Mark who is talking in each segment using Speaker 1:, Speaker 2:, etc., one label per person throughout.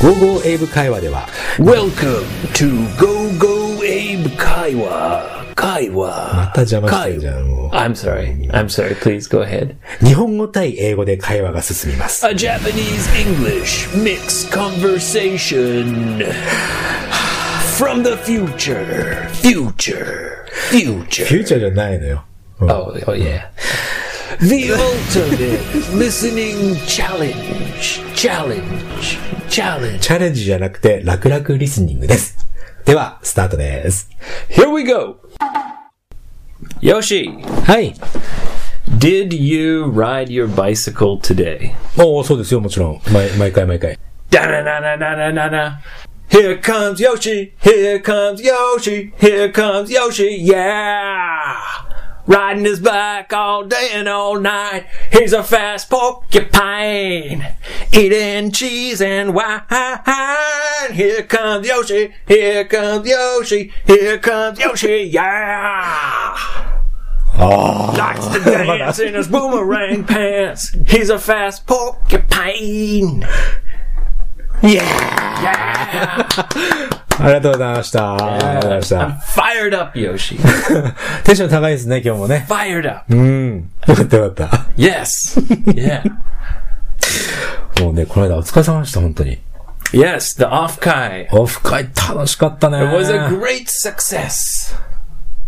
Speaker 1: GoGo 英語会話では
Speaker 2: Welcome to Go Go Abe Kaiwa.
Speaker 1: ま
Speaker 2: Kaiwa.
Speaker 1: た邪魔してるじゃん
Speaker 2: Kaiwa.
Speaker 1: も
Speaker 2: I'm sorry. I'm sorry. Please go ahead.
Speaker 1: う日本語対英語で会話が進みます
Speaker 2: A Japanese English mixed conversation from the future. Future.
Speaker 1: フ
Speaker 2: Future.
Speaker 1: ューチャーじゃないのよ、うん、
Speaker 2: Oh, oh yeah. The ultimate listening challenge. Challenge. Challenge.
Speaker 1: チャレンジじゃなくて楽々リスニングですではスタートです
Speaker 2: Here we go. Yoshi,
Speaker 1: はい
Speaker 2: did you ride your bicycle today?
Speaker 1: おおそうですよもちろん毎毎回毎回
Speaker 2: Da na na na na na na na. Here comes Yoshi. Here comes Yoshi. Here comes Yoshi. Yeah. Riding his bike all day and all night. He's a fast porcupine. Eating cheese and wine. Here comes Yoshi. Here comes Yoshi. Here comes Yoshi. Yeah. Likes to dance in his boomerang pants. He's a fast porcupine. Yeah.
Speaker 1: ありがとうございましたありがとうございまし
Speaker 2: I'm
Speaker 1: た
Speaker 2: fired up, Yoshi.
Speaker 1: テンション高いですね今日もね
Speaker 2: Fired up.
Speaker 1: うんよかったよかっ
Speaker 2: Yes. Yeah.
Speaker 1: たもうねこの間お疲れ様でした本当に
Speaker 2: Yes, the off kai.
Speaker 1: オフ会楽しかったね
Speaker 2: It was a great success.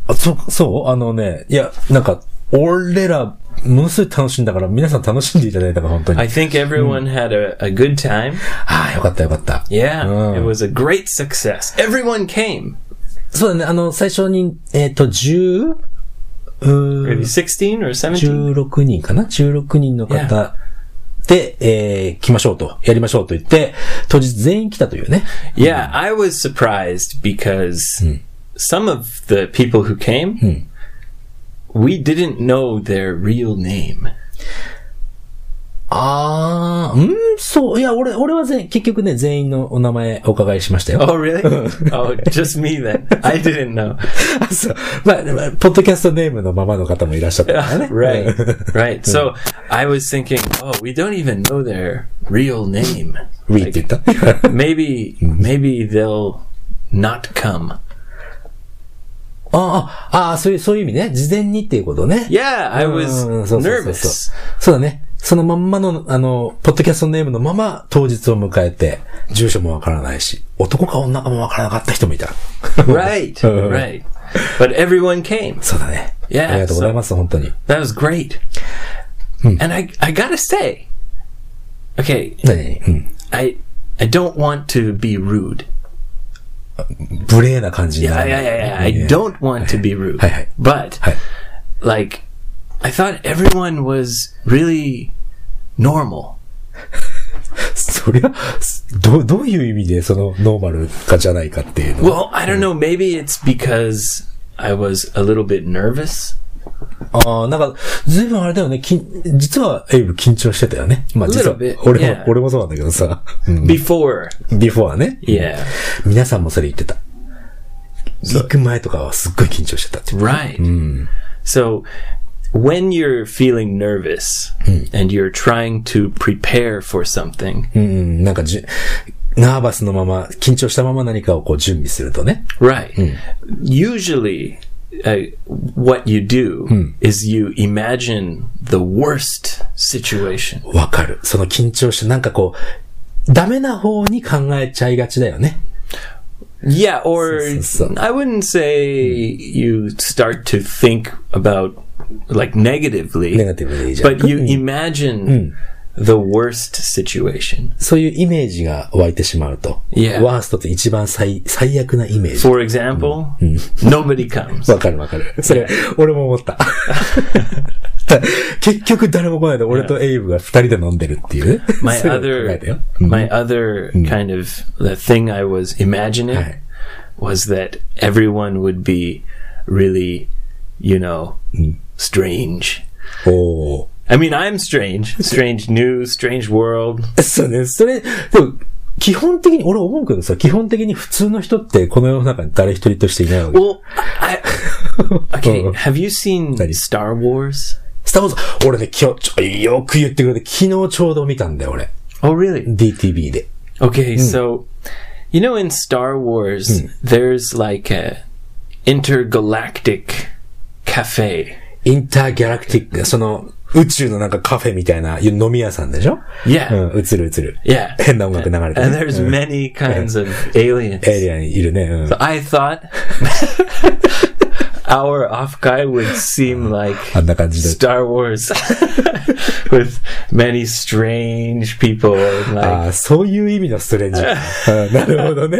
Speaker 1: あそ、そうあのね、いや、なんか、俺ら、ものすごい楽しんだから、皆さん楽しんでいただいたから、本当に。
Speaker 2: I think everyone had a, a good time.
Speaker 1: ああ、よかったよかった。
Speaker 2: Yeah.
Speaker 1: Mm.
Speaker 2: It was a great success. Everyone came.
Speaker 1: そうだね、あの、最初に、えっ、と、10? うーん
Speaker 2: Maybe 16 or 17.
Speaker 1: 16人かな ?16 人の方で、えー、来ましょうと、やりましょうと言って、当日全員来たというね。
Speaker 2: Yeah, I was surprised because some of the people who came, we didn't know their real name.
Speaker 1: ああ、うんそう。いや、俺、俺は全、結局ね、全員のお名前お伺いしましたよ。
Speaker 2: Oh, really? oh, just me then. I didn't know.
Speaker 1: あ そう。まあ、まあポッドキャストネームのままの方もいらっしゃったからね。
Speaker 2: right, right. So I was thinking, oh, we don't even know their real name.
Speaker 1: ウィーって言った。
Speaker 2: Maybe, maybe they'll not come.
Speaker 1: ああ、ああ、そういう、そういう意味ね。事前にっていうことね。
Speaker 2: Yeah, I
Speaker 1: Ah, うんそ
Speaker 2: was
Speaker 1: うそうそうそう
Speaker 2: nervous.
Speaker 1: そうだね。そのまんまの、あの、ポッドキャストネームのまま当日を迎えて、住所もわからないし、男か女かもわからなかった人もいた。
Speaker 2: Right,
Speaker 1: Uh.
Speaker 2: right. But everyone came.
Speaker 1: そうだね。
Speaker 2: Yeah,
Speaker 1: ありがとうございます、本当に。
Speaker 2: That was great. And I, I gotta say, okay,
Speaker 1: 何うん。
Speaker 2: I, I don't want to be rude.
Speaker 1: 無礼な感じにな
Speaker 2: I,
Speaker 1: る。
Speaker 2: I, I, I don't want to be rude.
Speaker 1: Hi, hi.
Speaker 2: But,
Speaker 1: Hi.
Speaker 2: like, I thought everyone was really normal.
Speaker 1: そりゃ、ど、どういう意味でそのノーマルかじゃないかっていうの。
Speaker 2: Well, I don't know. Maybe it's because I was a little bit nervous.
Speaker 1: ああ、なんか、ずいぶんあれだよね。きん実は、エイブ緊張してたよね。まあ実は
Speaker 2: Little bit.、
Speaker 1: 俺も
Speaker 2: Yeah.、
Speaker 1: 俺もそうなんだけどさ。うん。
Speaker 2: Before.
Speaker 1: before ね。
Speaker 2: Yeah.
Speaker 1: 皆さんもそれ言ってた。行く前とかはすっごい緊張してたって。
Speaker 2: Right. So when you're feeling nervous and you're trying to prepare for something,
Speaker 1: うん、なんかじゅ、ナーバスのまま、緊張したまま何かをこう準備するとね。
Speaker 2: right, usually uh, what you do is you imagine the worst situation.
Speaker 1: わかる。その緊張して、なんかこう、ダメな方に考えちゃいがちだよね。
Speaker 2: Yeah, or
Speaker 1: So- so- so.
Speaker 2: I wouldn't say you start to think about like negatively.
Speaker 1: ネガティブでいいじゃん。
Speaker 2: But you imagine the worst situation.
Speaker 1: そういうイメージが湧いてしまうと。
Speaker 2: Yeah.
Speaker 1: ワーストって一番最、最悪なイメージ。
Speaker 2: For example, nobody comes.
Speaker 1: わかるわかる。それ、俺も思った。 結局誰も来ないで、俺とエイブが二人で飲んでるって いうね。
Speaker 2: My
Speaker 1: そういうの考えた
Speaker 2: other
Speaker 1: よ
Speaker 2: my other kind of the thing I was imagining
Speaker 1: Right.
Speaker 2: was that everyone would be really, you know, strange.
Speaker 1: おー。
Speaker 2: I mean, I'm strange. Strange news, strange world.
Speaker 1: そうね、それ、でも、基本的に、俺思うけどさ、基本的に普通の人ってこの世の中に誰一人としていないわけ。
Speaker 2: Well, I,
Speaker 1: Oh.
Speaker 2: okay. Have you seen
Speaker 1: Sorry.
Speaker 2: Star Wars?
Speaker 1: スターウォーズ、俺ね、今日、ちょよく言ってくれて、昨日ちょうど見たんだよ、俺。
Speaker 2: Oh, really?
Speaker 1: DTV で。
Speaker 2: Okay, so you know in Star Wars there's like a intergalactic cafe.
Speaker 1: インターギャラクティック、その、宇宙のなんかカフェみたいな飲み屋さんでしょ
Speaker 2: Yeah.
Speaker 1: うん、映る映る。
Speaker 2: Yeah.
Speaker 1: 変な音楽流れて、
Speaker 2: And there's
Speaker 1: うん
Speaker 2: many kinds of aliens.
Speaker 1: エイリアンいるね。うん
Speaker 2: I thought our off guy would seem like
Speaker 1: あんな感じで。
Speaker 2: Star Wars with many strange people and like
Speaker 1: ああ、そういう意味のストレン ジ。うんなるほどね。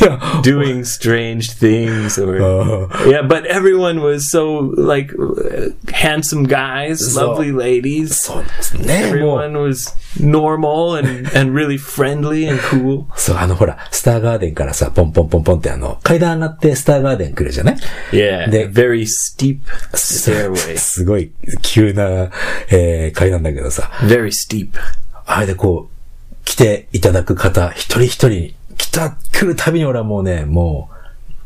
Speaker 1: い や、
Speaker 2: doing strange things or
Speaker 1: うん
Speaker 2: yeah but everyone was so like uh, handsome guys
Speaker 1: So-
Speaker 2: lovely ladies
Speaker 1: そうですね。もう
Speaker 2: everyone was normal and and really friendly and cool
Speaker 1: そう、あのほら、スターガーデンからさ、ポンポンポンポンってあの、階段上がってスターガーデン来るじゃない
Speaker 2: yeah
Speaker 1: They-
Speaker 2: very steep stairway
Speaker 1: すごい急な、えー階段だけどさ、
Speaker 2: very steep
Speaker 1: あれでこう、来ていただく方、一人一人、来た、来るたびに俺はもうね、も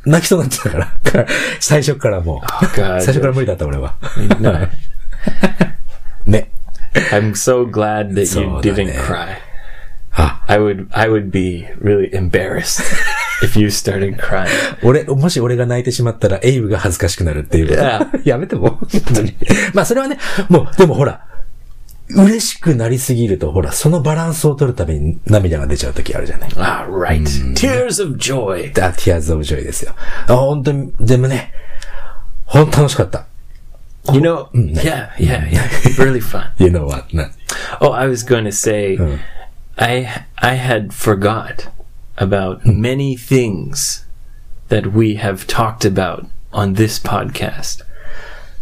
Speaker 1: う、泣きそうになってたから、 最初からもう、
Speaker 2: Oh, God
Speaker 1: 最初から無理だった俺は。
Speaker 2: No,
Speaker 1: ね。
Speaker 2: I'm so glad that you
Speaker 1: So
Speaker 2: didn't
Speaker 1: then-
Speaker 2: cry
Speaker 1: あ、
Speaker 2: I would I would be really embarrassed if you started crying
Speaker 1: 俺、もし俺が泣いてしまったら、エイブが恥ずかしくなるっていうこと。
Speaker 2: Yeah.
Speaker 1: やめても。本当に。まあ、それはね、もう、でもほら、嬉しくなりすぎると、ほら、そのバランスを取るために涙が出ちゃう時あるじゃない。
Speaker 2: ah right tears of joy
Speaker 1: あ、Tears of Joy ですよ。あ、本当に、でもね、本当楽しかった。
Speaker 2: you know yeah yeah yeah really fun
Speaker 1: You know what? な
Speaker 2: Oh, I was going to say, I I had forgot about many things that we have talked about on this podcast.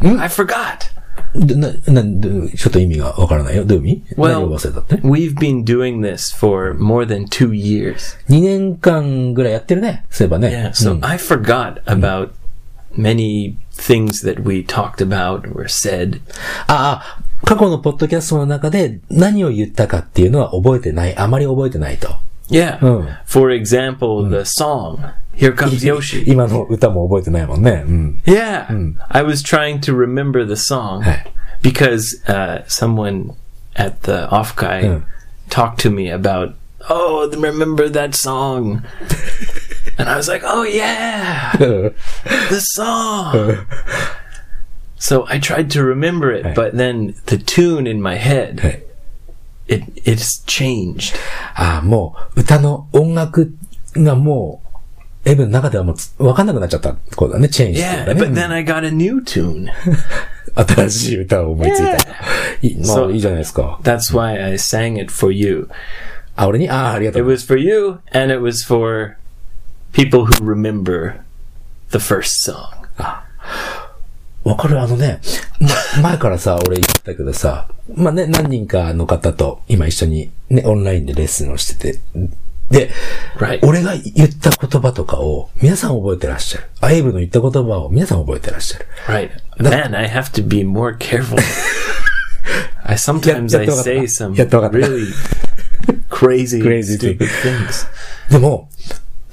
Speaker 2: I forgot.
Speaker 1: でな、な、どちょっと意味がわからないよ。どういう意味
Speaker 2: Well-
Speaker 1: 何を忘れたって ?2
Speaker 2: We've been doing this for more than two years.
Speaker 1: 年間ぐらいやってるね。そういえばね。
Speaker 2: Yeah, so I forgot
Speaker 1: Hmm.
Speaker 2: about many things that we talked about or said.
Speaker 1: ああ、過去のポッドキャストの中で何を言ったかっていうのは覚えてない。あまり覚えてないと。
Speaker 2: Yeah.
Speaker 1: Oh. Hmm.
Speaker 2: For example, the song "Here Comes Yoshi."
Speaker 1: 今の歌も覚えてないもんね。うん。
Speaker 2: Yeah. I was trying to remember the song
Speaker 1: Hmm. Hey.
Speaker 2: because uh, someone at the off guy
Speaker 1: Yeah.
Speaker 2: talked to me about, oh, th- remember that song. and I was like, oh, yeah,
Speaker 1: うん。
Speaker 2: the song. so I tried to remember it, but then the tune in my head.
Speaker 1: Hey.
Speaker 2: It, it's changed.
Speaker 1: ああ、もう、歌の音楽がもう、エブの中ではもう、わかんなくなっちゃったことだね。チェンジってい
Speaker 2: Yeah,
Speaker 1: うか
Speaker 2: but
Speaker 1: ね
Speaker 2: then I got a new tune.
Speaker 1: 新しい歌を思いついた。いいま
Speaker 2: So-
Speaker 1: あ、いいじゃないですか。
Speaker 2: That's why I sang it for you.
Speaker 1: あ、俺にああ、ありがと
Speaker 2: It
Speaker 1: う。
Speaker 2: was for you, and it was for people who remember the first song.
Speaker 1: わかるあのね、ま前からさ、俺言ったけどさ、まあね、何人かの方と今一緒にね、オンラインでレッスンをしてて、で、
Speaker 2: Right.
Speaker 1: 俺が言った言葉とかを皆さん覚えてらっしゃる。アイブの言った言葉を皆さん覚えてらっしゃる。
Speaker 2: Right. Man, I have to be more careful. I sometimes
Speaker 1: Yeah,
Speaker 2: I
Speaker 1: yeah,
Speaker 2: say
Speaker 1: yeah,
Speaker 2: some
Speaker 1: yeah, yeah.
Speaker 2: really crazy,
Speaker 1: Crazy
Speaker 2: stupid things.
Speaker 1: でも、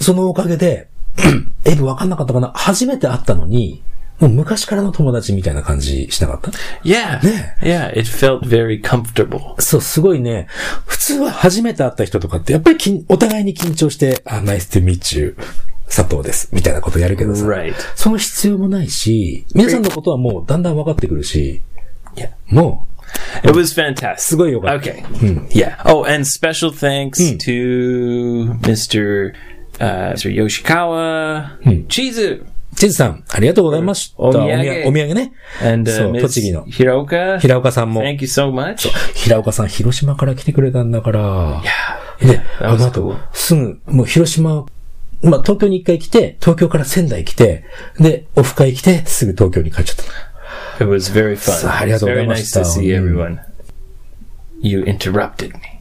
Speaker 1: そのおかげで、 エイブわかんなかったかな初めて会ったのに、もう昔からの友達みたいな感じしなかった
Speaker 2: Yeah.
Speaker 1: Yeah.
Speaker 2: Yeah, it felt very comfortable.
Speaker 1: そう、すごいね。普通は初めて会った人とかって、やっぱりきんお互いに緊張して、あ、ナイステミーチュー、佐藤です。みたいなことやるけどさ。
Speaker 2: Right.
Speaker 1: その必要もないし、皆さんのことはもうだんだん分かってくるし、
Speaker 2: Yeah.
Speaker 1: も
Speaker 2: It was fantastic.
Speaker 1: すごいよかった。
Speaker 2: Okay. Yeah. Oh, and special thanks to Mr. Uh, Mr. Yoshikawa, Chizu,
Speaker 1: う、チズさん、ありがとうございました。
Speaker 2: お土産
Speaker 1: お土お土産ね。
Speaker 2: and uh,
Speaker 1: そう、
Speaker 2: Ms.
Speaker 1: 栃木の。
Speaker 2: Hiroka.
Speaker 1: 平岡さんも、
Speaker 2: Thank you so much.
Speaker 1: 平岡さん、広島から来てくれたんだから。で、
Speaker 2: that
Speaker 1: あ
Speaker 2: was
Speaker 1: の後、すぐ、もう広島、まあ、東京に一回来て、東京から仙台来て、で、オフ会来て、すぐ東京に帰っちゃった。
Speaker 2: It was very fun.
Speaker 1: さあ、ありがとうございました。
Speaker 2: Very nice to see
Speaker 1: うん。
Speaker 2: everyone. You interrupted me.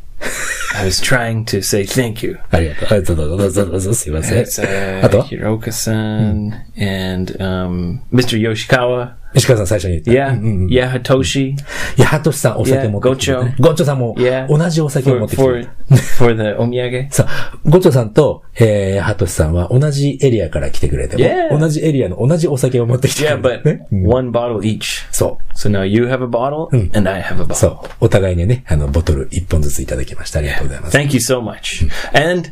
Speaker 2: I was trying to say thank you.
Speaker 1: ありがとう。ありがとう。どうぞどうぞどうぞすいません
Speaker 2: It's, uh,。
Speaker 1: あとは
Speaker 2: Hiroka-san and um, Mr. Yoshikawa.
Speaker 1: 石川さん最初に言った。
Speaker 2: Yeah.
Speaker 1: うんうんうん
Speaker 2: Yeah, Hitoshi.
Speaker 1: いや、ハトシさんお酒持ってきてくれたね。
Speaker 2: Yeah.
Speaker 1: ゴッチョさんも
Speaker 2: Yeah.
Speaker 1: 同じお酒を持
Speaker 2: For,
Speaker 1: ってきてくれ
Speaker 2: for,
Speaker 1: た。
Speaker 2: for the omiyage.
Speaker 1: さあ、ゴッチョさんと、えー、ハトシさんは同じエリアから来てくれて、
Speaker 2: Yeah.
Speaker 1: 同じエリアの同じお酒を持ってきて
Speaker 2: Yeah,
Speaker 1: くれ
Speaker 2: but
Speaker 1: た、ね。うん
Speaker 2: one bottle each.
Speaker 1: そ
Speaker 2: So now you have a bottle and I have a
Speaker 1: う。
Speaker 2: bottle.
Speaker 1: そう。お互いにね、あの、ボトル一本ずついただきました。ありがとうございます。
Speaker 2: Thank you so much. And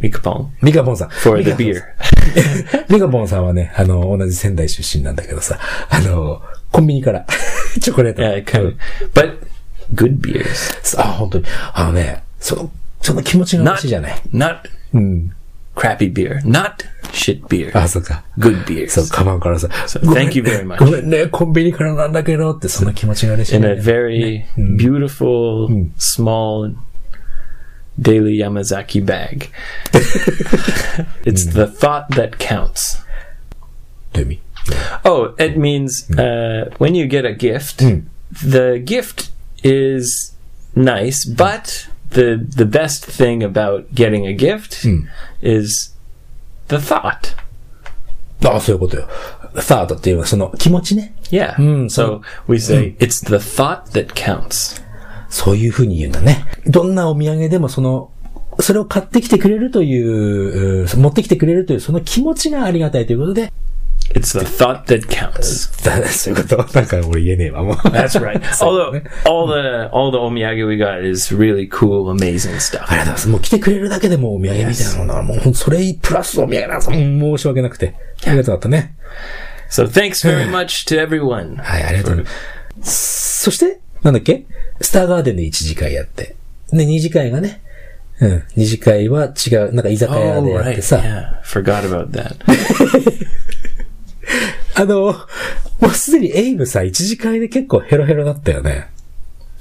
Speaker 2: Mikapong
Speaker 1: ミカボンさん。
Speaker 2: for
Speaker 1: ミカ
Speaker 2: the
Speaker 1: ボンさん
Speaker 2: beer.
Speaker 1: ミカボンさんはね、あの、同じ仙台出身なんだけどさ、あの、コンビニから チョコレート。
Speaker 2: Yeah, kind
Speaker 1: うん
Speaker 2: of. But good beers.
Speaker 1: あ、本当に。あのね、その、その気持ちが欲
Speaker 2: Not,
Speaker 1: しいじゃない。
Speaker 2: not crappy beer. Not shit beer.
Speaker 1: あ、そうか。
Speaker 2: Good beer.
Speaker 1: そう、カバンからさ、
Speaker 2: う
Speaker 1: ごめん
Speaker 2: thank you very much.
Speaker 1: ごめんね、コンビニからなんだけどって、その気持ちが嬉しい
Speaker 2: in
Speaker 1: ね、
Speaker 2: a very beautiful, small daily Yamazaki bag. it's the thought that counts.
Speaker 1: どういう意味
Speaker 2: Oh, it means uh, when you get a gift, the gift is nice, but the the best thing about getting a gift is the thought.
Speaker 1: ああ、そういうことよ。サードっていうのは、その気持ちね。
Speaker 2: Yeah.
Speaker 1: Mm,
Speaker 2: Hmm, so we say it's the thought that counts.
Speaker 1: そういう風に言うんだね。どんなお土産でも、その、それを買ってきてくれるという、うん持ってきてくれるという、その気持ちがありがたいということで、
Speaker 2: It's the thought that counts.
Speaker 1: だ そういうこと。なんか俺言えねえわ、 もう。
Speaker 2: That's right. Although all the all the omiyage we got is really cool, amazing
Speaker 1: ありがとう
Speaker 2: stuff.
Speaker 1: ございます。もう来てくれるだけでもうお土産みたいなものは、もうほんとそれプラスお土産なんですもう申し訳なくて。ありがとうだったね。
Speaker 2: So thanks very much to everyone.
Speaker 1: はい、ありがとうございます。そして、なんだっけスターガーデンで1次会やって。で、2次会がね、うん、2次会は違う、なんか居酒屋
Speaker 2: Oh
Speaker 1: でやって
Speaker 2: right,
Speaker 1: さ、
Speaker 2: yeah, forgot about that.
Speaker 1: あの、もうすでにエイブさ、1次会で結構ヘロヘロだったよね。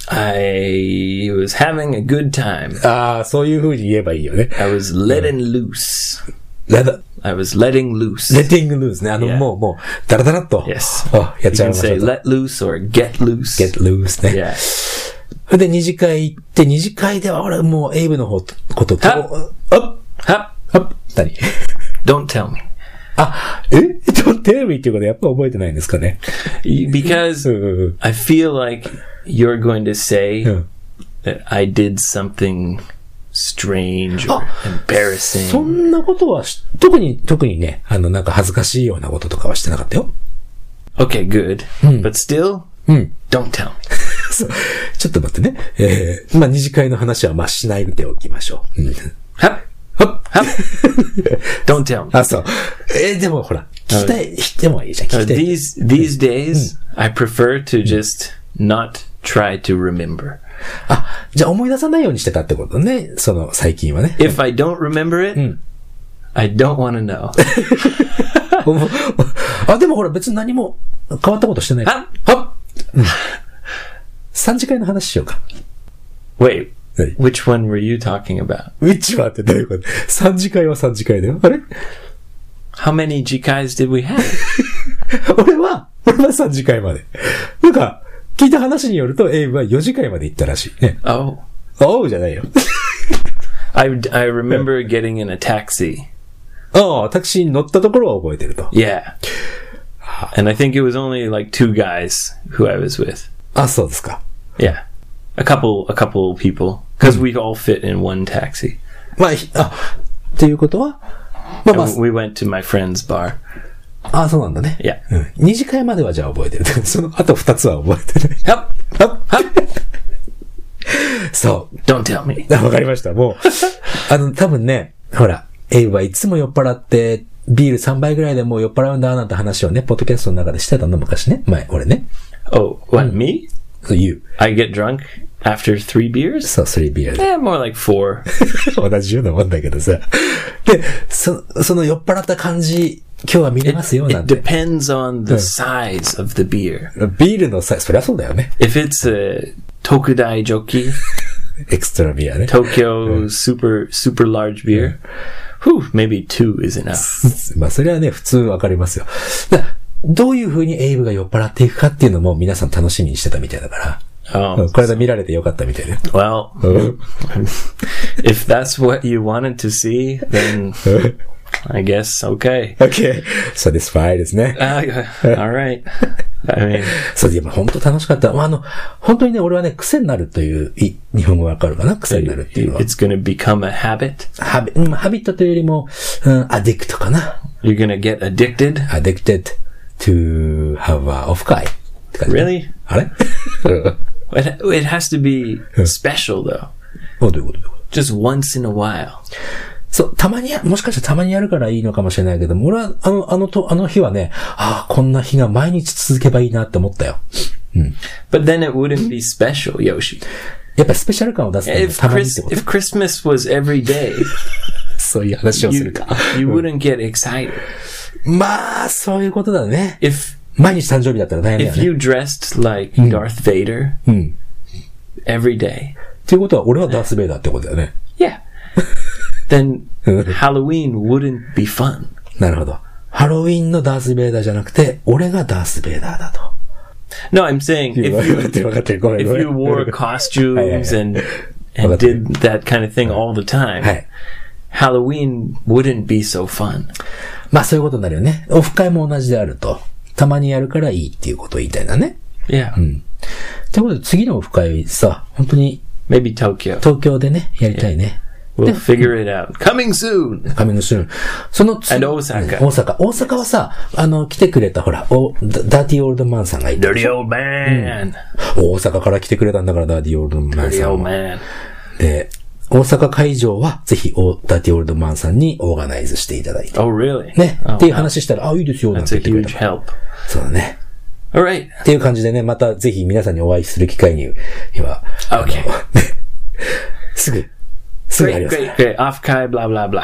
Speaker 2: I was having a good time.
Speaker 1: ああ、そういう風に言えばいいよね。
Speaker 2: I was letting loose.
Speaker 1: レダ、
Speaker 2: I was letting loose.
Speaker 1: レティングルーズね。あの、
Speaker 2: Yeah.
Speaker 1: もう、もう、ダラダラっと。
Speaker 2: Yes.
Speaker 1: あ、やっ
Speaker 2: you
Speaker 1: ちゃい
Speaker 2: can
Speaker 1: まし
Speaker 2: say
Speaker 1: た。
Speaker 2: let loose or get loose.
Speaker 1: get loose ね。
Speaker 2: yeah.
Speaker 1: それで二次会行って、二次会では俺もうエイブの方とことと、
Speaker 2: は
Speaker 1: あ
Speaker 2: Hup.
Speaker 1: 何
Speaker 2: Don't tell me.
Speaker 1: あ、え ちょっとテレビっていうことやっぱ覚えてないんですかね。
Speaker 2: You- Because
Speaker 1: うんうんうん。
Speaker 2: I feel like you're going to say
Speaker 1: Yeah.
Speaker 2: that I did something strange or embarrassing.
Speaker 1: そんなことはし、特に、特にね、あの、なんか恥ずかしいようなこととかはしてなかったよ。
Speaker 2: Okay, good. But still, don't tell me.
Speaker 1: そうちょっと待ってね。えー、まあ、二次会の話はまあしないでおきましょう。うん
Speaker 2: Hup, hup, hup. don't tell me.
Speaker 1: あ、そう。えーでもほら、聞きたい、でもいいじゃん、聞
Speaker 2: Uh,
Speaker 1: きたい。
Speaker 2: these these days, I prefer to just not try to remember.
Speaker 1: あ、じゃあ思い出さないようにしてたってことね。その、最近はね。
Speaker 2: If I don't remember it, I don't want to know.
Speaker 1: あ、でもほら別に何も変わったことしてないから。
Speaker 2: Hup, hup.
Speaker 1: 三次会の話しようか。
Speaker 2: Wait,
Speaker 1: Hey.
Speaker 2: which one were you talking about?
Speaker 1: ウィッチはってどういうこと三次会は三次会だよ。あれ
Speaker 2: How many jikais did we have?
Speaker 1: 俺は、俺は三次会まで。なんか、聞いた話によると、エイブは四次会まで行ったらしい。ね。
Speaker 2: Oh,
Speaker 1: おうじゃないよ。
Speaker 2: I I remember getting in a taxi.
Speaker 1: ああ、タクシーに乗ったところは覚えてると。
Speaker 2: Yeah. And I think it was only like two guys who I was with.
Speaker 1: あ、そうですか。
Speaker 2: Yeah. A couple a couple people cuz we all fit in one taxi.
Speaker 1: まあ、ひあ、っていうことは、まあま
Speaker 2: And we went to my friend's bar.
Speaker 1: あ、あそうなんだね。
Speaker 2: Yeah.
Speaker 1: うん。二次会まではじゃあ覚えてる。その後二つは覚えてない。
Speaker 2: Hup, hup, hup.
Speaker 1: そう。
Speaker 2: Don't tell me.
Speaker 1: あわかりました。もう、あの、多分ね、ほら、エイブはいつも酔っ払って、ビール3杯ぐらいでもう酔っ払うんだなんて話をね、ポッドキャストの中でしてたの、昔ね。前、俺ね。
Speaker 2: Oh, what me?
Speaker 1: そう、言う。
Speaker 2: I get drunk after 3 beers?
Speaker 1: そう、3ビールで。
Speaker 2: Yeah, more like 4.
Speaker 1: 同じようなもんだけどさ。で、そその酔っ払った感じ、今日は見れますよ、なん
Speaker 2: It
Speaker 1: て。
Speaker 2: depends on the size of the beer.
Speaker 1: ビールのさ、そりゃそうだよね。
Speaker 2: If it's a Tokudai Joki,
Speaker 1: エクストラビアね。
Speaker 2: Tokyo super super large beer, whew, maybe 2 is enough.
Speaker 1: まあ、それはね、普通わかりますよ。だからどういう風にエイブが酔っ払っていくかっていうのも皆さん楽しみにしてたみたいだから。う
Speaker 2: Oh,
Speaker 1: んこれで見られてよかったみたいで。
Speaker 2: well,
Speaker 1: うん
Speaker 2: if that's what you wanted to see, then I guess. Okay.
Speaker 1: Okay. Satisfied ですね。
Speaker 2: Uh, all right. I mean,
Speaker 1: そう、いや、本当楽しかった。まあ、あの、本当にね、俺はね、癖になるという、い日本語わかるかな癖になるっていうのは。
Speaker 2: it's going to become a habit.
Speaker 1: ハビ、うん、ハビットというよりも、うん、アディクトかな。
Speaker 2: You're going to get addicted.
Speaker 1: addicted to have a off 会って感じ。
Speaker 2: Really?
Speaker 1: あれ
Speaker 2: It, it has to be special though.
Speaker 1: おどういうことどういうこと
Speaker 2: Just once in a while.
Speaker 1: そう、たまにや、もしかしたらたまにやるからいいのかもしれないけども、俺は、あの、あのと、あの日はね、ああ、こんな日が毎日続けばいいなって思ったよ。
Speaker 2: But then it wouldn't be special, Yoshi.
Speaker 1: やっぱりスペシャル感を出すのは
Speaker 2: If
Speaker 1: たまにっ
Speaker 2: Chris,
Speaker 1: てこと。
Speaker 2: if Christmas was every day,
Speaker 1: そういう話をする
Speaker 2: you,
Speaker 1: か。
Speaker 2: you wouldn't get excited.
Speaker 1: まあ、そういうことだね。
Speaker 2: If
Speaker 1: 毎日誕生日だったら大変だ
Speaker 2: if
Speaker 1: よね。
Speaker 2: you dressed like Darth Vader every day,
Speaker 1: っていうことは、俺はダース・ベイダーってことだよね。
Speaker 2: yeah, then Halloween wouldn't be fun.
Speaker 1: なるほど。ハロウィンのダース・ベイダーじゃなくて、俺がダース・ベイダーだと。
Speaker 2: No, I'm saying
Speaker 1: わ
Speaker 2: if
Speaker 1: かっ
Speaker 2: you
Speaker 1: てるわかってる。ごめん
Speaker 2: if
Speaker 1: ごめん。
Speaker 2: you wore
Speaker 1: はいはいはい。
Speaker 2: costumes and
Speaker 1: わ
Speaker 2: and
Speaker 1: かってる。
Speaker 2: did that kind of thing all the
Speaker 1: は
Speaker 2: time,
Speaker 1: い。
Speaker 2: Halloween wouldn't be so fun.
Speaker 1: まあそういうことになるよね。オフ会も同じであると。たまにやるからいいっていうことを言いたいんだね。
Speaker 2: Yeah,
Speaker 1: ということで次のオフ会さ、本当に
Speaker 2: maybe Tokyo.
Speaker 1: 東京でね、やりたいね。
Speaker 2: We'll figure it out. Coming soon.
Speaker 1: 神のシュン。その次、
Speaker 2: And 大阪
Speaker 1: うん大阪。大阪はさ、あの、来てくれたほら、おダダーティーオールドマンさんがいて。
Speaker 2: Dirty old man.
Speaker 1: 大阪から来てくれたんだから、ダーティーオールドマン
Speaker 2: Dirty
Speaker 1: さん
Speaker 2: old
Speaker 1: も。
Speaker 2: man.
Speaker 1: で、大阪会場はぜひおダーティーオールドマンさんにオーガナイズしていただいて。
Speaker 2: Oh, really?
Speaker 1: ね。
Speaker 2: Oh,
Speaker 1: っていう話したら、あ、いいですよ、なん
Speaker 2: that's
Speaker 1: て
Speaker 2: a
Speaker 1: 言ってくれた
Speaker 2: huge。help.
Speaker 1: そうだね。
Speaker 2: All right.
Speaker 1: っていう感じでね、またぜひ皆さんにお会いする機会に、今、あの
Speaker 2: Okay.
Speaker 1: すぐ、すぐやり
Speaker 2: Great,
Speaker 1: ますから
Speaker 2: great, great. Off Kai, blah, blah,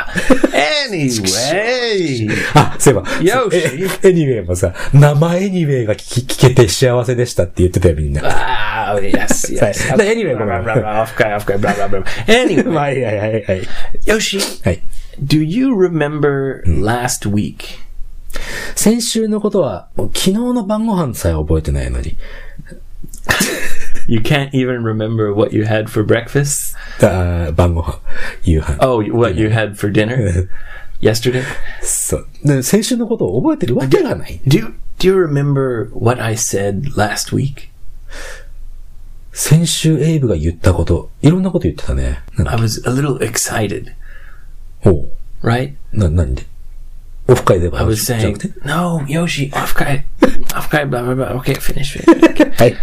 Speaker 2: blah. Anyway.
Speaker 1: あ、そういえば、
Speaker 2: よし
Speaker 1: えエニウェイもさ、生エニウェイが聞き聞けて幸せでしたって言ってたよ、みんな。
Speaker 2: Ah, yes, yes.
Speaker 1: Sorry. No, anyway,
Speaker 2: Blah, blah,
Speaker 1: go on.
Speaker 2: blah, blah. Off Kai, off Kai, blah, blah, blah. Anyway,
Speaker 1: はいはいはいはい。
Speaker 2: Yoshi,
Speaker 1: はい。
Speaker 2: do you remember last week?
Speaker 1: 先週のことは、もう昨日の晩ご飯さえ覚えてないのに。
Speaker 2: You can't even remember what you had for breakfast?
Speaker 1: あー晩ご飯、夕飯。
Speaker 2: Oh, what you had for dinner yesterday?
Speaker 1: そう。で先週のことを覚えてるわけがない。
Speaker 2: Do you, do you remember what I said last week?
Speaker 1: 先週エイブが言ったこと、いろんなこと言ってたね。なんか
Speaker 2: I was a little excited,
Speaker 1: おう
Speaker 2: right?
Speaker 1: な、なんでオフ会では
Speaker 2: I was
Speaker 1: じゃな
Speaker 2: saying,
Speaker 1: くて
Speaker 2: no, Yoshi, off guy, off guy, blah, blah, blah. Okay, finish it.
Speaker 1: はい。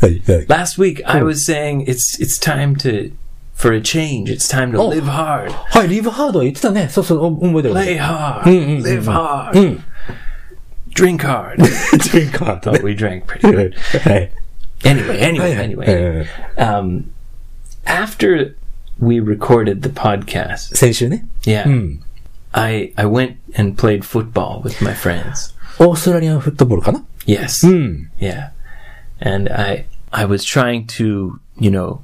Speaker 1: はい、はい。
Speaker 2: Last week, I was saying it's, it's time to, for a change, it's time to live hard,
Speaker 1: はい、リーブハードは言ってたね。そうそう、お覚えてる。
Speaker 2: play hard,
Speaker 1: Mm, mm,
Speaker 2: live
Speaker 1: mm,
Speaker 2: hard, drink hard.
Speaker 1: ドリンクハード
Speaker 2: but we drank pretty good.
Speaker 1: はい。
Speaker 2: Anyway, anyway,
Speaker 1: はい
Speaker 2: anyway.
Speaker 1: はいはい。
Speaker 2: Um, after we recorded the podcast,
Speaker 1: 先週ね。
Speaker 2: yeah,
Speaker 1: うん。
Speaker 2: I, I went and played football with my friends.
Speaker 1: オーストラリアンフットボールかな
Speaker 2: Yes.
Speaker 1: ん。
Speaker 2: Yeah. And I I was trying to, you know,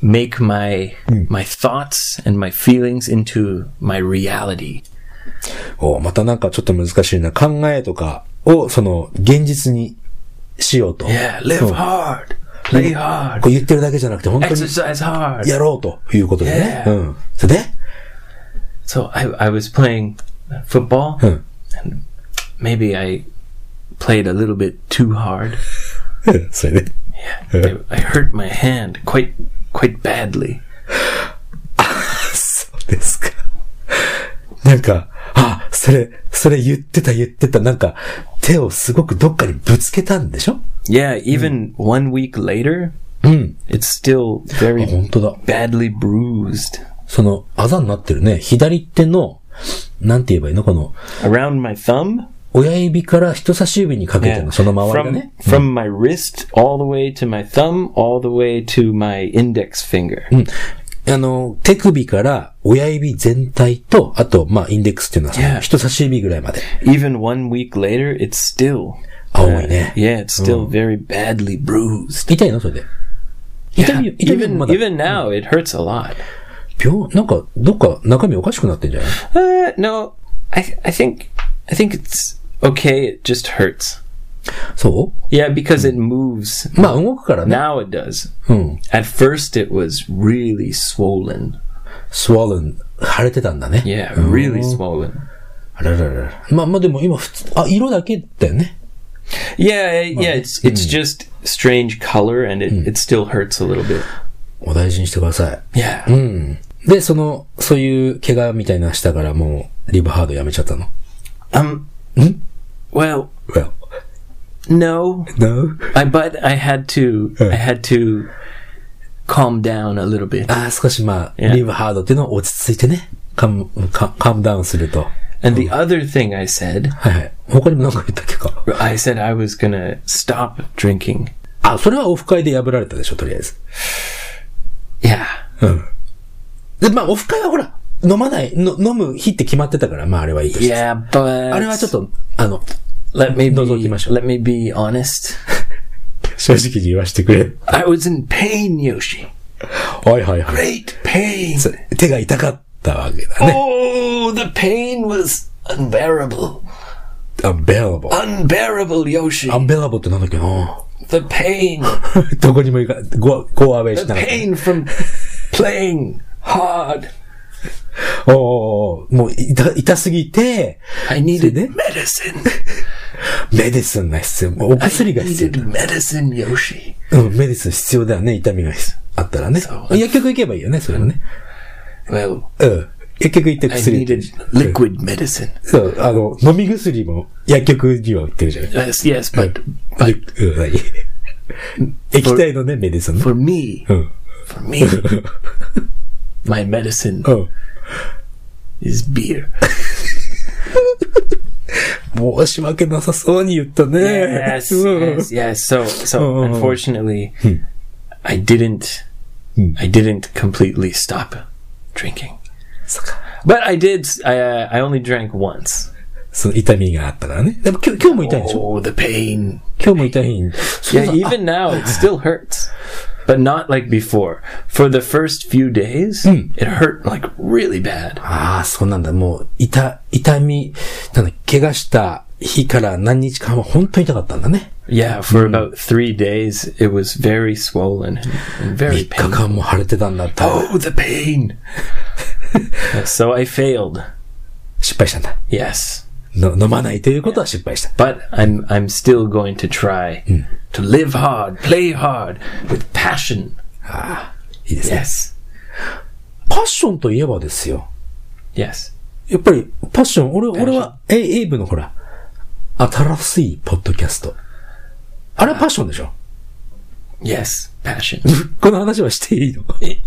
Speaker 2: make my my thoughts and my feelings into my reality.
Speaker 1: おまたなんかちょっと難しいな。考えとかを、その、現実にしようと。
Speaker 2: Yeah, live
Speaker 1: そう
Speaker 2: hard, play hard,
Speaker 1: こう言ってるだけじゃなくて、本当に
Speaker 2: exercise hard.
Speaker 1: やろうということでね。
Speaker 2: Yeah.
Speaker 1: うん。それで
Speaker 2: So I I was playing uh, football
Speaker 1: うん。
Speaker 2: and maybe I played a little bit too hard.
Speaker 1: それで。
Speaker 2: I, I hurt my hand quite quite badly.
Speaker 1: そうですか。なんか、あ、それ、それ言ってた言ってた。なんか、手をすごくどっかにぶつけたんでしょ
Speaker 2: Yeah, even one week later,
Speaker 1: うん。
Speaker 2: it's still
Speaker 1: あ
Speaker 2: very
Speaker 1: 本当だ。
Speaker 2: badly bruised
Speaker 1: その、あざになってるね。左手の、なんて言えばいいのこの、
Speaker 2: around my thumb
Speaker 1: 親指から人差し指にかけての、その周りが
Speaker 2: from
Speaker 1: ね。
Speaker 2: from my wrist all the way to my thumb all the way to my index finger
Speaker 1: うん。あの、手首から親指全体と、あと、まあ、インデックスっていうのはその
Speaker 2: Yeah.
Speaker 1: 人差し指ぐらいまで。
Speaker 2: even one week later it's still
Speaker 1: 青
Speaker 2: uh,
Speaker 1: いね。
Speaker 2: yeah it's still very badly bruised
Speaker 1: 痛いのそれで。痛
Speaker 2: yeah,
Speaker 1: み、痛みも
Speaker 2: even
Speaker 1: まだ。
Speaker 2: even now it hurts a lot
Speaker 1: 病、なんか、どっか中身おかしくなってんじゃない
Speaker 2: uh, no I I think I think it's okay it just hurts
Speaker 1: そ
Speaker 2: yeah because it moves
Speaker 1: うまあ、動くからね。
Speaker 2: now it does
Speaker 1: うん。
Speaker 2: at first it was really swollen
Speaker 1: swollen 腫れてたんだね。
Speaker 2: Yeah, Oh.
Speaker 1: うん
Speaker 2: really swollen.
Speaker 1: あらららら。まあまあでも今普通、あ、色だけだよね。
Speaker 2: Yeah, yeah, it's it's just strange color and it, it still hurts a little bit. Hmm.
Speaker 1: お大事にしてください。
Speaker 2: Yeah.
Speaker 1: うん。で、その、そういう怪我みたいなしたからもう、リブハードやめちゃったの。
Speaker 2: Um well,
Speaker 1: Well,
Speaker 2: no.
Speaker 1: no.
Speaker 2: I but I had to
Speaker 1: Yeah.
Speaker 2: I had to calm down a little bit.
Speaker 1: ああ、少しまあ、
Speaker 2: Yeah.
Speaker 1: リブハードっていうのは落ち着いてね、カム、カカムダウンすると。
Speaker 2: And the other thing I said,
Speaker 1: はいはい。他にも何か言ったっけか。
Speaker 2: I said I was going to stop drinking.
Speaker 1: あ、それはオフ会で破られたでしょ、とりあえず。
Speaker 2: Yeah.
Speaker 1: うん。で、まあ、オフ会はほら、飲まない、の飲む日って決まってたから、まあ、あれはいいとして。
Speaker 2: Yeah, but
Speaker 1: あれはちょっと、あの、
Speaker 2: let me
Speaker 1: 覗
Speaker 2: be,
Speaker 1: きましょう。
Speaker 2: let me be honest.
Speaker 1: 正直に言わせてくれ。
Speaker 2: I was in pain, Yoshi.
Speaker 1: はいはいはい。
Speaker 2: Great pain.
Speaker 1: 手が痛かったわけだね。
Speaker 2: Oh, the pain was unbearable.
Speaker 1: unbearable.
Speaker 2: Unbearable, Yoshi.
Speaker 1: unbearable ってなんだっけな
Speaker 2: the pain.
Speaker 1: どこにも行か、ゴア、ゴアウェイ
Speaker 2: The
Speaker 1: しながら。
Speaker 2: pain from playing hard.
Speaker 1: おうおうおうもう痛、痛すぎて、
Speaker 2: I needed
Speaker 1: Did it?
Speaker 2: medicine.
Speaker 1: メディスンが必要。もうお
Speaker 2: I
Speaker 1: 薬が必
Speaker 2: needed medicine, Yoshi.
Speaker 1: 要。うん、メディスン必要だよね、痛みが必要あったらね
Speaker 2: そ。う
Speaker 1: 薬局行けばいいよね、それはね。
Speaker 2: Well,
Speaker 1: うん。薬局行って
Speaker 2: I
Speaker 1: 薬。
Speaker 2: needed liquid medicine.
Speaker 1: そう、あの、飲み薬も薬局には売ってるじゃない。
Speaker 2: Yes, yes,
Speaker 1: はい
Speaker 2: but
Speaker 1: うん、はい。液体のね、メディスンね。
Speaker 2: for me,
Speaker 1: うん。
Speaker 2: for me, my medicine
Speaker 1: うん。
Speaker 2: is beer.
Speaker 1: 申し訳なさそうに言ったね。
Speaker 2: yes,
Speaker 1: うん
Speaker 2: yes, yes. So, so
Speaker 1: Oh.
Speaker 2: unfortunately, I didn't,
Speaker 1: Hmm.
Speaker 2: I didn't completely stop drinking,
Speaker 1: そっか
Speaker 2: but I did. I, uh, I only drank once.
Speaker 1: その痛みがあったからね。でも今日、今日も痛いでしょ
Speaker 2: Oh, the pain!
Speaker 1: 今日も痛いん。そう
Speaker 2: Yeah,
Speaker 1: だ
Speaker 2: even now it still hurts, but not like before. For the first few days, it hurt like really bad.
Speaker 1: ああ、そうなんだ。もう、痛、痛み、なんだ、怪我した日から何日間は本当に痛かったんだね。
Speaker 2: Yeah, for about three days, it was very swollen and,
Speaker 1: 3
Speaker 2: and very
Speaker 1: 日
Speaker 2: painful.
Speaker 1: 間も腫れてたんだった。
Speaker 2: Oh, the pain! so I failed.
Speaker 1: 失敗したんだ。
Speaker 2: Yes.
Speaker 1: の飲まないということは失敗した。
Speaker 2: but I'm I'm still going to try to live hard, play hard with passion.
Speaker 1: いいですね。
Speaker 2: Yes,
Speaker 1: パッションといえばですよ。
Speaker 2: yes.
Speaker 1: やっぱり、パッション、俺、俺は、エイエイブのほら、新しいポッドキャスト。あれはパッションでしょ
Speaker 2: Yes, passion.
Speaker 1: この話はしていいの
Speaker 2: I,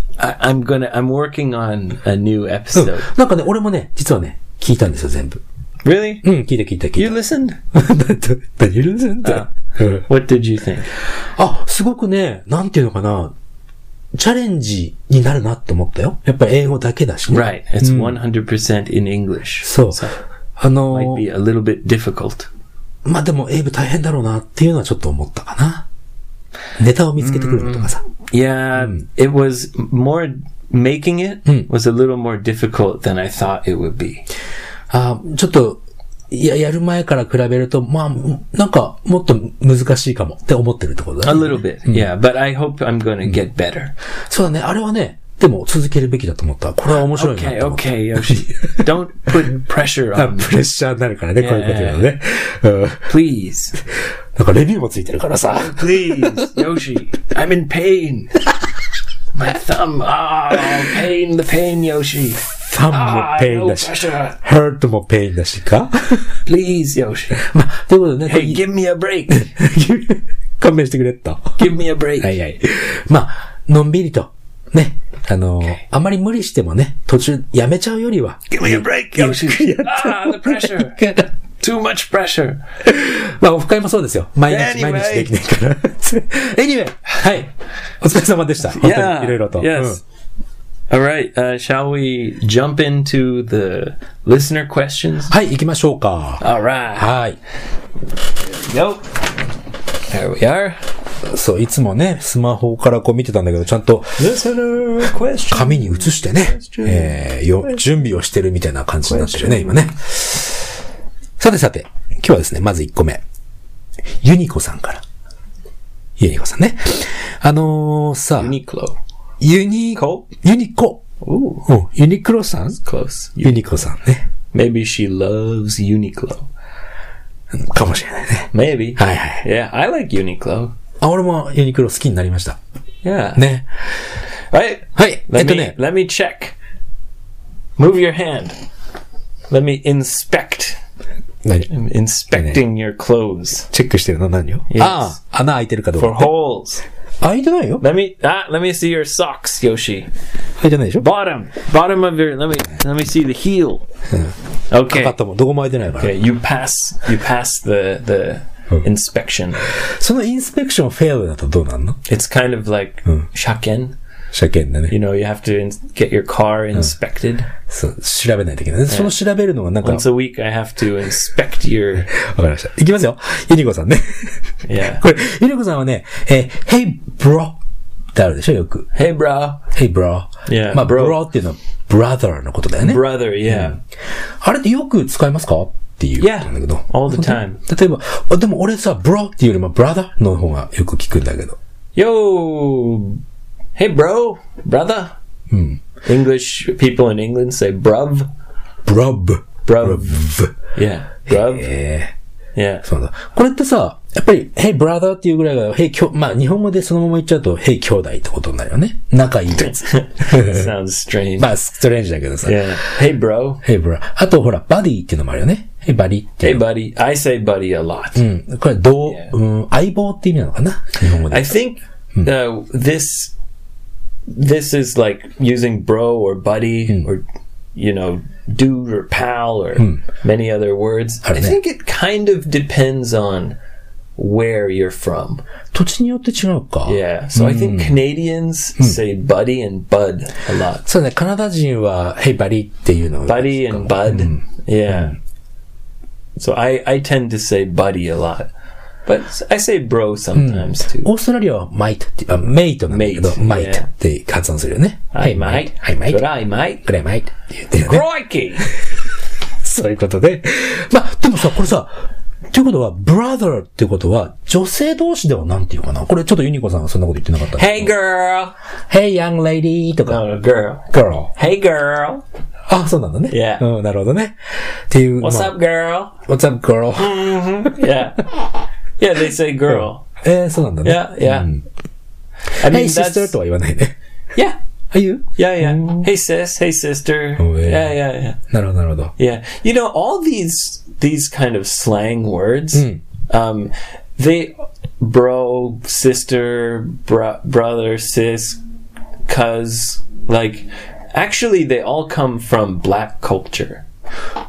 Speaker 2: I'm gonna. I'm working on a new
Speaker 1: うん
Speaker 2: episode.
Speaker 1: なんかね、俺もね、実はね、聞いたんですよ、全部。
Speaker 2: Really?
Speaker 1: うん、聞いた聞いた聞
Speaker 2: You
Speaker 1: い
Speaker 2: listened?
Speaker 1: た。だって何 言うん
Speaker 2: あ
Speaker 1: だうん
Speaker 2: What did you think?
Speaker 1: あ、すごくね、なんていうのかな、チャレンジになるなって思ったよ。やっぱり英語だけだしね。
Speaker 2: Right, it's 100% in English.
Speaker 1: そう
Speaker 2: Hmm. So it。
Speaker 1: あの
Speaker 2: might be
Speaker 1: ー、
Speaker 2: a little bit difficult.
Speaker 1: まあでも英語大変だろうなっていうのはちょっと思ったかな。ネタを見つけてくるのとかさ。
Speaker 2: Yeah, it was more making it was a little more difficult than I thought it would be.
Speaker 1: あちょっと、いや、やる前から比べると、まあ、なんか、もっと難しいかもって思ってるってことだ
Speaker 2: A
Speaker 1: ね。
Speaker 2: little bit, yeah. But I hope I'm gonna get better.
Speaker 1: そうだね、あれはね、でも続けるべきだと思った。これは面白いな
Speaker 2: Okay,
Speaker 1: と思った。
Speaker 2: okay, Yoshi. Don't put pressure on me,
Speaker 1: プレッシャーになるからね、こういうことだよね。うん。
Speaker 2: please.
Speaker 1: なんかレビューもついてるからさ。
Speaker 2: Please, Yoshi. I'm in pain. My thumb. Ah, pain, the pain, Yoshi.
Speaker 1: サンも
Speaker 2: Ah,
Speaker 1: ペイン
Speaker 2: no
Speaker 1: だし、
Speaker 2: pressure.
Speaker 1: ハートもペインだしか
Speaker 2: Please, Yoshi.
Speaker 1: まあ、ということでね、
Speaker 2: Hey, give me a break.
Speaker 1: 勘弁してくれと。は
Speaker 2: Give me a break.
Speaker 1: いはい。まあ、のんびりと。ね。あのーあまり無理してもね、途中やめちゃうよりは、
Speaker 2: Give me a break, Yoshi. Ah, the pressure. Too much pressure.
Speaker 1: まあ、オフ会もそうですよ。毎日、
Speaker 2: Anyway
Speaker 1: 毎日できないから。anyway! はい。お疲れ様でした。本当に、いろいろと。
Speaker 2: Yes. All right. Uh, shall we jump into the listener questions?
Speaker 1: うんはい、行きましょうか。
Speaker 2: All right.
Speaker 1: はい。
Speaker 2: Nope. There we are.
Speaker 1: そう、いつもね、スマホからこう見てたんだけど、ちゃんと
Speaker 2: Listener questions.
Speaker 1: 紙に写してね、えー、よ、準備をしてるみたいな感じになってるね、今ね。さてさて、今日はですね、まず1個目。ユニコさんから。ユニコさんね。あのー、さ、
Speaker 2: Uniqlo.
Speaker 1: ユニ
Speaker 2: コ
Speaker 1: ユニコ。
Speaker 2: Ooh,
Speaker 1: おユニクロさん
Speaker 2: close.
Speaker 1: ユニコさんね。
Speaker 2: Maybe she loves Uniqlo.
Speaker 1: かもしれないね。
Speaker 2: Maybe.
Speaker 1: はいはい。
Speaker 2: Yeah, I like Uniqlo.
Speaker 1: あ、俺もユニクロ好きになりました。
Speaker 2: Yeah.
Speaker 1: ね。
Speaker 2: All right.
Speaker 1: はい。えっ
Speaker 2: Let
Speaker 1: と
Speaker 2: me
Speaker 1: ね、
Speaker 2: let me check. Move your hand. Let me inspect.
Speaker 1: 何
Speaker 2: I'm inspecting your clothes
Speaker 1: チェックしてるの何を、ああ、穴開いてるかどう
Speaker 2: for
Speaker 1: か。
Speaker 2: holes.
Speaker 1: 開いてないよ。
Speaker 2: Let me ah, let me see your socks, Yoshi.
Speaker 1: 開いてないでしょ
Speaker 2: Bottom, bottom of your. Let me let me see the heel. Okay.
Speaker 1: かかったもん。どこも開いてないから。
Speaker 2: Okay, you pass. You pass the the inspection.
Speaker 1: そのインスペクションフェールだとどうなんの
Speaker 2: It's kind of like shaken.
Speaker 1: 車検でね
Speaker 2: You。know, you have to ins get your car inspected
Speaker 1: そう調べないといけない。その調べるのがなんか、わ
Speaker 2: once
Speaker 1: か
Speaker 2: a week. I have to inspect your
Speaker 1: りました。いきますよ。ユニコ さんね。
Speaker 2: yeah.
Speaker 1: これ、ユニコさんはね、えー Hey bro ってあるでしょよく。
Speaker 2: Hey, bro,
Speaker 1: Hey bro.
Speaker 2: Yeah,
Speaker 1: まあ、
Speaker 2: bro
Speaker 1: bro っていうのは brother のことだよね。
Speaker 2: brother. Yeah,
Speaker 1: あれってよく使いますかっていうことなんだけど。
Speaker 2: all the time.
Speaker 1: 例えば、あでも俺さ、bro っていうよりも brother の方がよく聞くんだけど。
Speaker 2: Yo, hey, bro, brother. English people in England say bruv.
Speaker 1: bruv.
Speaker 2: Bruv.
Speaker 1: bruv.
Speaker 2: Yeah, bruv.
Speaker 1: えー
Speaker 2: Yeah.
Speaker 1: そうだ。これってさ、やっぱり、Hey brother っていうぐらいが、Hey きょ、まあ日本語でそのまま言っちゃうと、Hey 兄弟ってことになるよね。仲いいやつ。
Speaker 2: Sounds strange.
Speaker 1: まあ、ストレンジだけどさ。
Speaker 2: Yeah. Hey, bro.
Speaker 1: Hey bro. あとほら、バディっていうのもあるよね。Hey バディってい
Speaker 2: Hey,
Speaker 1: う。
Speaker 2: buddy. I say buddy a lot.
Speaker 1: うん。これ、どう、
Speaker 2: Yeah.
Speaker 1: うん、相棒って意味なのかな日本語
Speaker 2: I
Speaker 1: で。
Speaker 2: think uh, this this is like using bro or buddy or you know dude or pal or many other words. Hmm. I
Speaker 1: Alright,
Speaker 2: think it kind of depends on where you're from.
Speaker 1: 土地によって違うか。
Speaker 2: Yeah. So I think Canadians say buddy and bud a lot.
Speaker 1: そうね、カナダ人は、Hey バディっていうのを。
Speaker 2: Buddy and bud. Yeah. So I I tend to say buddy a lot. But I say bro sometimes too.
Speaker 1: オーストラリアはマイトって、あ、メイトなんだけど、
Speaker 2: Mate
Speaker 1: マイト
Speaker 2: Yeah
Speaker 1: って発音するよね。
Speaker 2: I might.
Speaker 1: はい、マイト
Speaker 2: But。I might.
Speaker 1: グレマイトって言ってるよね。
Speaker 2: Crikey!
Speaker 1: そういうことで。まあ、でもさ、これさ、っていうことは、brother ってことは、女性同士ではなんていうかなこれちょっとユニコさんがそんなこと言ってなかった。
Speaker 2: Hey girl.
Speaker 1: Hey, young lady とか、
Speaker 2: No, no, Oh, girl.
Speaker 1: girl。
Speaker 2: Hey girl.
Speaker 1: あ、そうなんだね。
Speaker 2: Yeah
Speaker 1: うん、なるほどね。っていう。
Speaker 2: What's
Speaker 1: まあ
Speaker 2: up, girl?
Speaker 1: What's up, girl?
Speaker 2: Yeah. Yeah, they say girl. Mm.
Speaker 1: えー、そうなんだね。
Speaker 2: Yeah, yeah.
Speaker 1: うん
Speaker 2: I
Speaker 1: Hey,
Speaker 2: mean, that's
Speaker 1: sister とは言わないね。
Speaker 2: yeah,
Speaker 1: Are you?
Speaker 2: yeah, yeah. Hey sis, hey sister.
Speaker 1: Oh, yeah.
Speaker 2: Mm. Yeah, yeah, yeah.
Speaker 1: なるほど、なるほど。
Speaker 2: Yeah. You know, all these these kind of slang words, um, they bro, sister, bro, brother, sis, cuz, like actually they all come from black culture.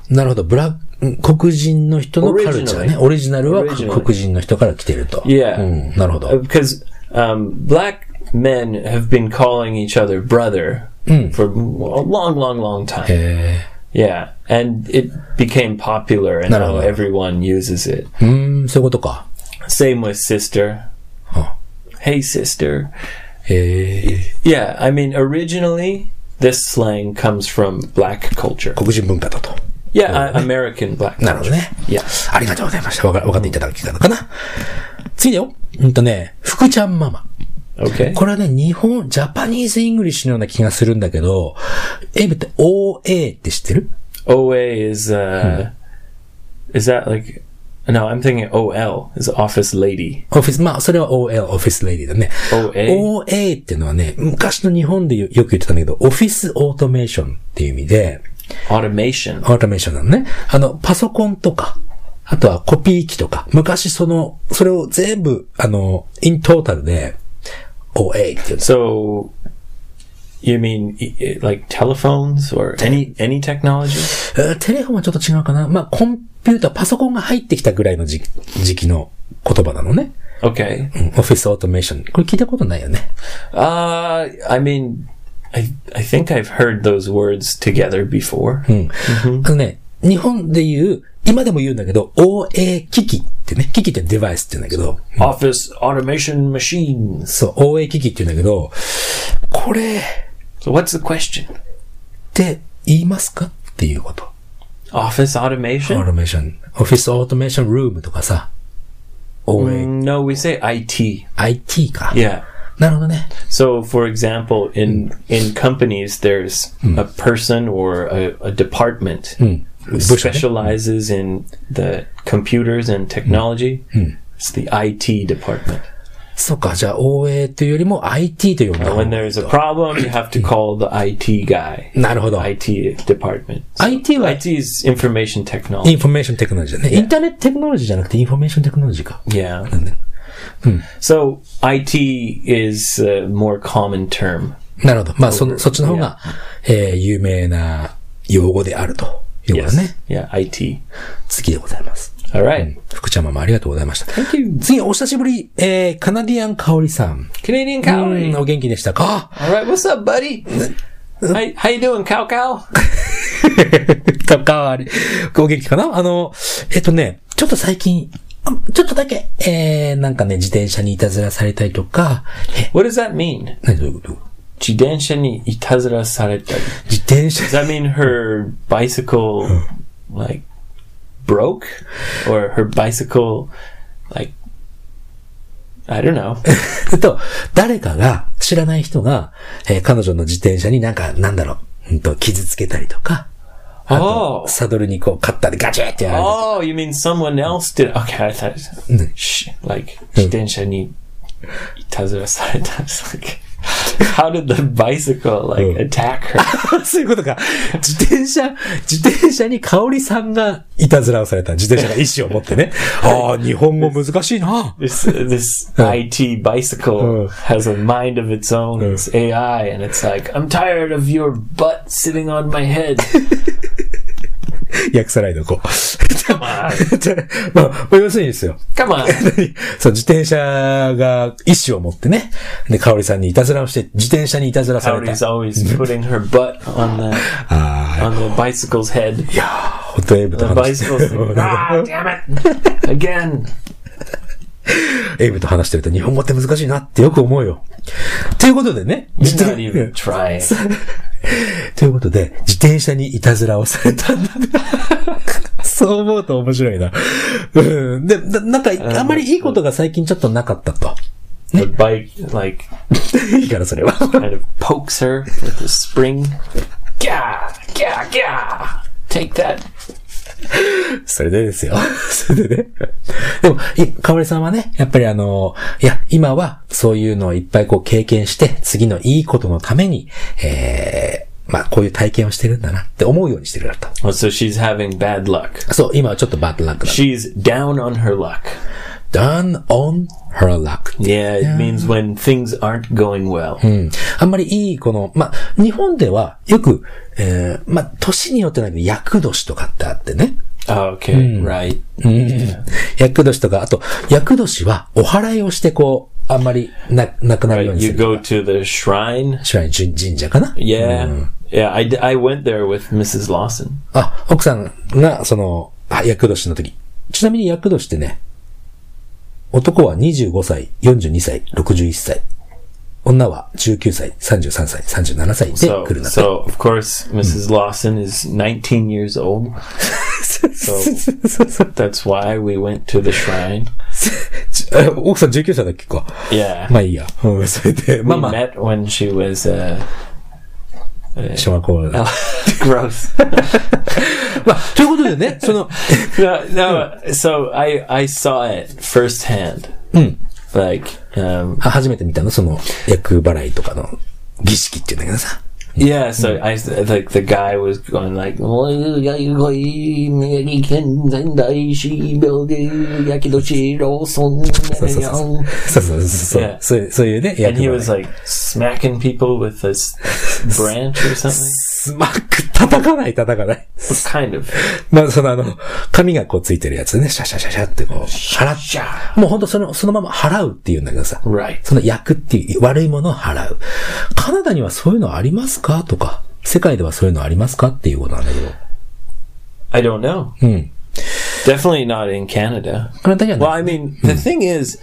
Speaker 1: なるほど、ブラうん黒人の人のカルチャーね。
Speaker 2: Originally
Speaker 1: オリジナルは
Speaker 2: Originally
Speaker 1: 黒人の人から来てると。
Speaker 2: Yeah.
Speaker 1: うん、なるほど。
Speaker 2: because Uh, um, black men have been calling each other brother for a long, long, long time.
Speaker 1: えー
Speaker 2: Yeah, and it became popular, and now
Speaker 1: なるほど。
Speaker 2: everyone uses it.
Speaker 1: うーん、そういうことか。
Speaker 2: Same with sister.
Speaker 1: Huh.
Speaker 2: Hey, sister.
Speaker 1: へえ。
Speaker 2: Yeah, I mean, originally this slang comes from black culture.
Speaker 1: 黒人文化だと。
Speaker 2: Yeah, uh, American black.
Speaker 1: なるほどね。
Speaker 2: Yeah.
Speaker 1: ありがとうございました。わかわかっていただけたのかな。次だよ。うんとね、福ちゃんママ。
Speaker 2: Okay.
Speaker 1: これはね、日本、ジャパニーズ・イングリッシュのような気がするんだけど、エブって OA って知ってる
Speaker 2: OA is uh, is that like? No, I'm thinking OL is office lady.
Speaker 1: オフィス、まあ、それは OL、オフィスレディだね。
Speaker 2: OA
Speaker 1: OA っていうのはね、昔の日本でよよく言ってたんだけど、オフィスオートメーションっていう意味で、
Speaker 2: Automation.
Speaker 1: オートメーションなのね。あの、パソコンとか、あとはコピー機とか、昔その、それを全部、あの、イントータルで、OA っていうんです。
Speaker 2: So, you mean e- e- like telephones or any any technology?
Speaker 1: えーテレフォンはちょっと違うかな。まあ、コンピューター、パソコンが入ってきたぐらいの時時期の言葉なのね。
Speaker 2: Okay.
Speaker 1: うんオフィスオートメーション。これ聞いたことないよね。
Speaker 2: Uh, I mean, I I think I've heard those words together before.
Speaker 1: Hmm. あのね、日本で言う、今でも言うんだけど、OA 機器ってね、機器ってデバイスって言うんだけど、
Speaker 2: Office automation machines.
Speaker 1: そう、OA 機器って言うんだけど、これっ
Speaker 2: So what's the question?
Speaker 1: て言いますかっていうこと。
Speaker 2: Office
Speaker 1: オー
Speaker 2: automation?
Speaker 1: トメーション、オフィスオートメーションルームとかさ、OA、
Speaker 2: No, Mm, we say IT.
Speaker 1: IT か。
Speaker 2: Yeah.
Speaker 1: なるほどね。
Speaker 2: So, for example, in in companies, there's a person or a, a department who
Speaker 1: Bush, okay.
Speaker 2: specializes in the computers and technology. It's the IT department.
Speaker 1: そうか、じゃあ OA というよりも IT と呼んだ方が
Speaker 2: When there's a problem, you have to call the IT guy.
Speaker 1: なるほど。
Speaker 2: IT department. So
Speaker 1: IT は
Speaker 2: IT is information
Speaker 1: イ
Speaker 2: technology.
Speaker 1: ンフォメーションテクノロジーだね。インターネットテクノロジーじゃなくてインフォメーションテクノロジーか。
Speaker 2: Yeah. So IT is a more common term.
Speaker 1: なるほど。まあ、その、そっちの方が、えー、有名な用語であるということ
Speaker 2: Yes.
Speaker 1: ね。
Speaker 2: Yeah, IT.
Speaker 1: 次でございます。
Speaker 2: All right.
Speaker 1: 福ちゃんママありがとうございました。
Speaker 2: Thank you.
Speaker 1: 次、お久しぶり、えー、カナディアン香織さん。
Speaker 2: Canadian
Speaker 1: う
Speaker 2: cowrie.
Speaker 1: んお元気でした か
Speaker 2: All right, what's up, buddy? How, how you doing, cow cow?
Speaker 1: かわり。お元気かなあの、えっとね、ちょっと最近、あちょっとだけ、えー、なんかね、自転車にいたずらされたりとか、え、
Speaker 2: What does that mean?
Speaker 1: 何どういうこと
Speaker 2: Jidensha ni itazura saretari.
Speaker 1: 自転車
Speaker 2: Does that mean her bicycle like broke or her bicycle like I don't know.
Speaker 1: えっ と、誰かが、知らない人が、えー彼女の自転車になんか、なんだろう、うんと、傷つけたりとか、あと
Speaker 2: Oh.
Speaker 1: サドルにこう、カッターでガチッってやられて
Speaker 2: Oh, you mean someone else did? Okay, I thought sh- like jidensha ni itazura saretari. It's Like, how did the bicycle like attack her?
Speaker 1: そういうことか。自転車、自転車に香織さんがいたずらをされた。自転車が意志を持って ね。ああ、日本語難しい な。
Speaker 2: This this IT bicycle has a mind of its own. It's AI, and it's like I'm tired of your butt sitting on my head.
Speaker 1: 訳さない でおこう。
Speaker 2: Come on,
Speaker 1: じゃまあ、まあ要するにですよ。
Speaker 2: come on.
Speaker 1: そう、自転車が意志を持ってね。で、香織さんにいたずらをして、自転車にいたずらさ れ
Speaker 2: Auri's
Speaker 1: た。
Speaker 2: always putting her butt on the
Speaker 1: ああ、
Speaker 2: on the bicycle's head.
Speaker 1: いやー、ホットエイブと
Speaker 2: The
Speaker 1: 話して
Speaker 2: bicycle's like, ah, damn it again.
Speaker 1: エイブと話してると日本語って難しいなってよく思うよ。ということでね。自
Speaker 2: You're
Speaker 1: 転
Speaker 2: not even trying.
Speaker 1: ということで、自転車にいたずらをされたんだね。 そう思うと面白いな。うん。で、ななんか、あんまりいいことが最近ちょっとなかったと。
Speaker 2: The bike like
Speaker 1: いいから、それは。
Speaker 2: kind of pokes her with the spring. Gah, gah, gah. Take that.
Speaker 1: それでですよ。 それでね。でも、いかおりさんはね、やっぱりあの、いや、今はそういうのをいっぱいこう経験して、次のいいことのために、えー、まあ、こういう体験をしてるんだなって思うようにしてるなと。
Speaker 2: Oh, so she's having bad luck.
Speaker 1: そう、今はちょっとバッドラックだ。
Speaker 2: She's down on her luck.
Speaker 1: done on her luck.
Speaker 2: Yeah, it means when things aren't going well.
Speaker 1: うんあんまりいい、この、まあ、日本ではよく、えー、まあ、年によってなんだけど、厄年とかってあってね。
Speaker 2: Hmm. Ah, Okay, right.
Speaker 1: 厄年とか、あと、厄年はお祓いをして、こう、あんまりな、なくなるようにす
Speaker 2: You
Speaker 1: る。
Speaker 2: go to the shrine.
Speaker 1: 白い神神社かな
Speaker 2: Yeah. Yeah, I, d- I went there with Mrs. Lawson.
Speaker 1: あ、奥さんが、その、あ、厄年の時。ちなみに厄年ってね、男は25歳、42歳、61歳。女は19歳、33歳、37歳で
Speaker 2: So,
Speaker 1: 来るな。
Speaker 2: so of course, Mrs. Lawson is 19 years old. So that's why we went to the shrine.
Speaker 1: え奥さん19歳だっけか。
Speaker 2: Yeah.
Speaker 1: まあいいや。うん、それで、まあ
Speaker 2: we
Speaker 1: まあ、
Speaker 2: met when she was uh,
Speaker 1: 小学校。ま
Speaker 2: gross.
Speaker 1: あ、ということでね、その、
Speaker 2: no, no. So I I saw it firsthand. Like, um,
Speaker 1: あ初めて見たの、その、役払いとかの儀式っていうんだけどさ。
Speaker 2: yeah. So I like the guy was going like, "Oh,
Speaker 1: そうそうそう。そ
Speaker 2: and
Speaker 1: う
Speaker 2: Yeah.
Speaker 1: そういう、そういうね、役
Speaker 2: he
Speaker 1: 払い
Speaker 2: was。like smacking people with this branch or something.
Speaker 1: スマック、叩かない、叩かない。
Speaker 2: Kind of.
Speaker 1: まあ、そのあの、紙がこうついてるやつね、シャシャシャシャってこう、払っちゃう。もうほんとその、そのまま払うっていうんだけどさ。
Speaker 2: Right.
Speaker 1: その役っていう、悪いものを払う。カナダにはそういうのありますかとか、世界ではそういうのありますかっていうことなんだけど。
Speaker 2: I don't know. Definitely not in Canada.
Speaker 1: カナダにはね
Speaker 2: Well, I mean, the thing is,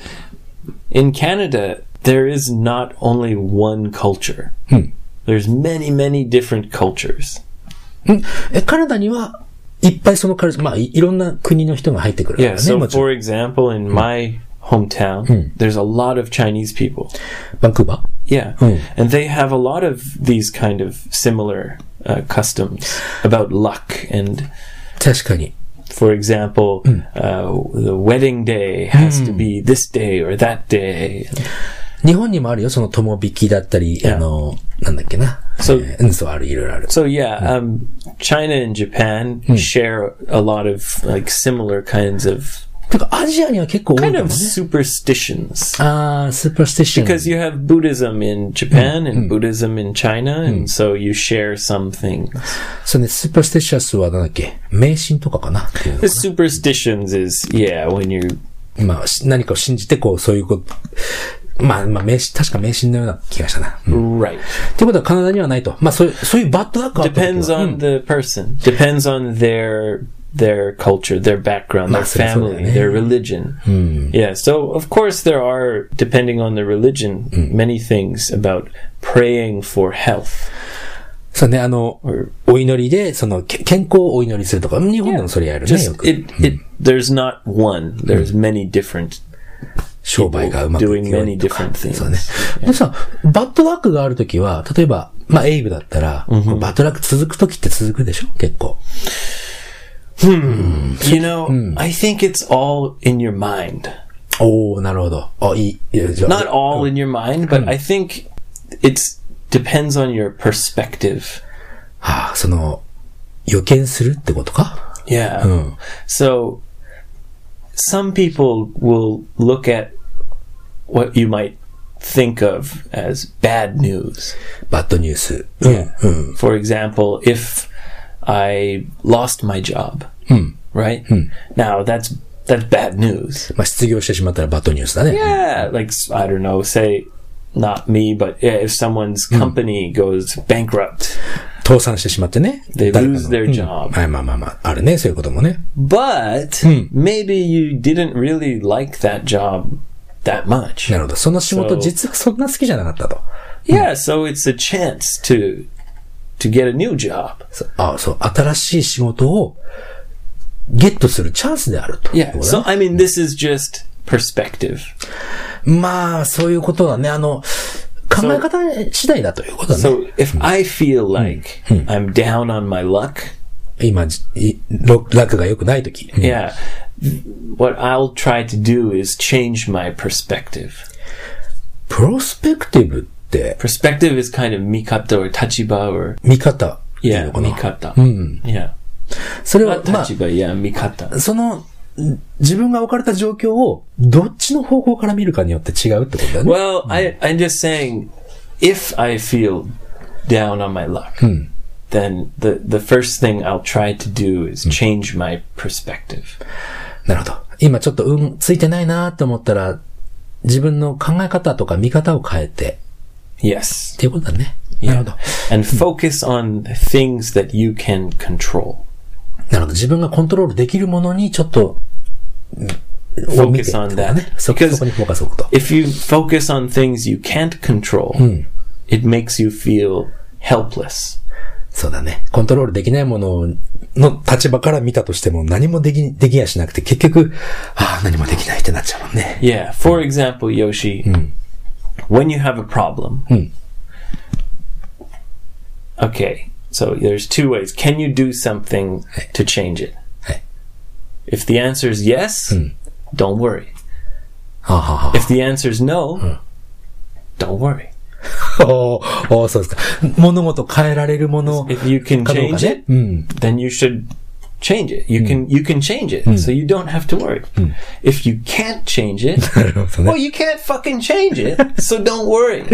Speaker 2: in Canada, there is not only one culture. There's many, many different cultures.
Speaker 1: うんえ、カナダには、いっぱいそのカルチャーまあい、いろんな国の人が入ってくるか
Speaker 2: Yeah.
Speaker 1: らね、
Speaker 2: So,
Speaker 1: もちろん。
Speaker 2: Hmm. for example, in my hometown, there's a lot of Chinese people.
Speaker 1: バンクーバ
Speaker 2: Yeah.
Speaker 1: Mm.
Speaker 2: And they have a lot of these kind of similar uh, customs about luck. And
Speaker 1: ー確かに。
Speaker 2: for example, uh, the wedding day has to be this day or that day.
Speaker 1: 日本にもあるよ、その友引きだったり、あの、なんだっけな。
Speaker 2: そう
Speaker 1: えーうん、そう、ある、いろいろある。
Speaker 2: So yeah, um, China and Japan share a lot of like similar kinds of
Speaker 1: てか、アジアには結構多いん
Speaker 2: kind
Speaker 1: だもん
Speaker 2: of
Speaker 1: ね。
Speaker 2: superstitions.
Speaker 1: あー、スーパースティション。
Speaker 2: Because you have Buddhism in Japan and Buddhism in China, and so you share some things.
Speaker 1: そうね、スーパースティシャスはなんだっけ迷信とかかなっていうの
Speaker 2: The superstitions is yeah when you
Speaker 1: まあ、し何かを信じて、こう、そういうこと。まあ、まあ、迷信、確か迷信のような気がしたな。うん、
Speaker 2: right
Speaker 1: ってことはカナダにはないと。まあ、そういう、そういうバッドラックはあったけど
Speaker 2: depends on the person depends on their their culture their background their
Speaker 1: Massive, isn't
Speaker 2: family
Speaker 1: it?
Speaker 2: their religion yeah so of course there are depending on the religion many things about praying for health
Speaker 1: そうね、あの、お祈りで、その、け健康をお祈りするとか、日本でもそれやるね、よ
Speaker 2: just
Speaker 1: く。
Speaker 2: it, it there's not one there's many different
Speaker 1: 商売がうまくいくよう
Speaker 2: doing
Speaker 1: に
Speaker 2: many different things
Speaker 1: そうね。でさ、バッドラックがあるときは、例えば、まあ、エイブだったら、こうバッドラック続くときって続くでしょ結構。
Speaker 2: you know i think it's all in your mind
Speaker 1: おおなるほど。あ、いい。いやじゃあ
Speaker 2: not all in your mind but i think it's depends on your perspective
Speaker 1: はあ、その、予見するってことか
Speaker 2: Yeah.
Speaker 1: Hmm.
Speaker 2: So some people will look at what you might think of as bad news.
Speaker 1: バッドニュース。うん。うん。
Speaker 2: For example, if I lost my job, right? Now that's that's bad news.
Speaker 1: まあ、失業してしまったらバッドニュースだね。
Speaker 2: Yeah, like s- I don't know, say not me, but yeah, if someone's company goes bankrupt,
Speaker 1: 倒産してしまってね。
Speaker 2: they
Speaker 1: 誰かの
Speaker 2: lose their job.
Speaker 1: はい、まあまあまあ、あるね、そういうこともね。
Speaker 2: But maybe you didn't really like that job that much.
Speaker 1: なるほど。その仕事、
Speaker 2: そう
Speaker 1: 実はそんな好きじゃなかったと。
Speaker 2: Yeah, so it's a chance to to get a new job.
Speaker 1: そうああ、そう、新しい仕事をゲットするチャンスであると。
Speaker 2: Yeah.
Speaker 1: そ
Speaker 2: So I mean, this is just perspective.
Speaker 1: まあ、そういうことだね。あの、考え方次第だということだね。
Speaker 2: So if I feel like I'm down on my luck,
Speaker 1: 今、じいろ楽が良くないとき。うん
Speaker 2: yeah, what I'll try to do is change my perspective.
Speaker 1: プロスペクティブって、
Speaker 2: Perspective is kind of mikata or tachiba or
Speaker 1: 見方っていう
Speaker 2: yeah, Hmm.
Speaker 1: のかな。
Speaker 2: mikata. Yeah.
Speaker 1: それは
Speaker 2: Not、
Speaker 1: まあ、
Speaker 2: tachiba, yeah, mikata.
Speaker 1: その、ん自分が置かれた状況を、どっちの方向から見るかによって違うってことだよね。
Speaker 2: Well, I I'm just saying if I feel down on my luck, then the the first thing I'll try to do is change my perspective.
Speaker 1: なるほど。今ちょっと運ついてないなと思ったら、自分の考え方とか見方を変えて、っ
Speaker 2: Yes.
Speaker 1: ていうことだね。なるほど。
Speaker 2: And focus on things that you can control.
Speaker 1: なるほど。自分がコントロールできるものにちょっと、んを見て
Speaker 2: Focus on
Speaker 1: とか
Speaker 2: that.
Speaker 1: ね。そこ
Speaker 2: Because
Speaker 1: そこにフォーカスを置くと。
Speaker 2: if you focus on things you can't control, it makes you feel helpless.
Speaker 1: そうだね。コントロールできないものの立場から見たとしても何もでき、できやしなくて、結局、ああ、何もできないってなっちゃうもんね。
Speaker 2: Yeah. For example, Yoshi, when you have a problem, okay, so there's two ways. Can you do something to change it?
Speaker 1: Hey.
Speaker 2: If the answer is yes, don't worry.
Speaker 1: はあ、はあはあ
Speaker 2: If the answer is no, don't worry.
Speaker 1: おーおーそうですか。物事を変えられるも のか
Speaker 2: If you
Speaker 1: ど
Speaker 2: can
Speaker 1: うか
Speaker 2: change
Speaker 1: ね
Speaker 2: it,。
Speaker 1: うん。
Speaker 2: then you should change it. You can you can change it, so you don't have to worry. If you can't change it,
Speaker 1: なるほど
Speaker 2: well,
Speaker 1: ね。
Speaker 2: you can't fucking change it, so don't worry.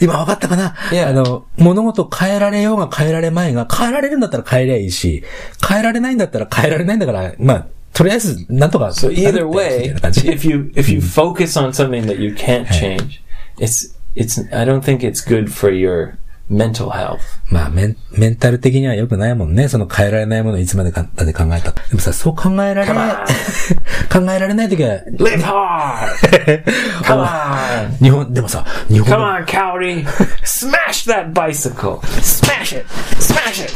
Speaker 1: 今分かったかない
Speaker 2: や
Speaker 1: あの、物事を変えられようが変えられまいが、変えられるんだったら変えりゃいいし、変えられないんだったら変えられないんだから、まあ、とりあえず、なんとか。
Speaker 2: So either
Speaker 1: みたい
Speaker 2: way,
Speaker 1: な感じ
Speaker 2: if you if you focus on something that you can't change, it's it's I don't think it's good for your mental health.
Speaker 1: まあメン、メンタル的には良くないもんね。その変えられないものをいつまでかまで考えた。でもさ、そう考えられない、 考えられない時は、
Speaker 2: Live hard! Come on!
Speaker 1: 日本、でもさ、日本
Speaker 2: Come
Speaker 1: の、
Speaker 2: on, Cowdy! Smash that bicycle! Smash it! Smash it!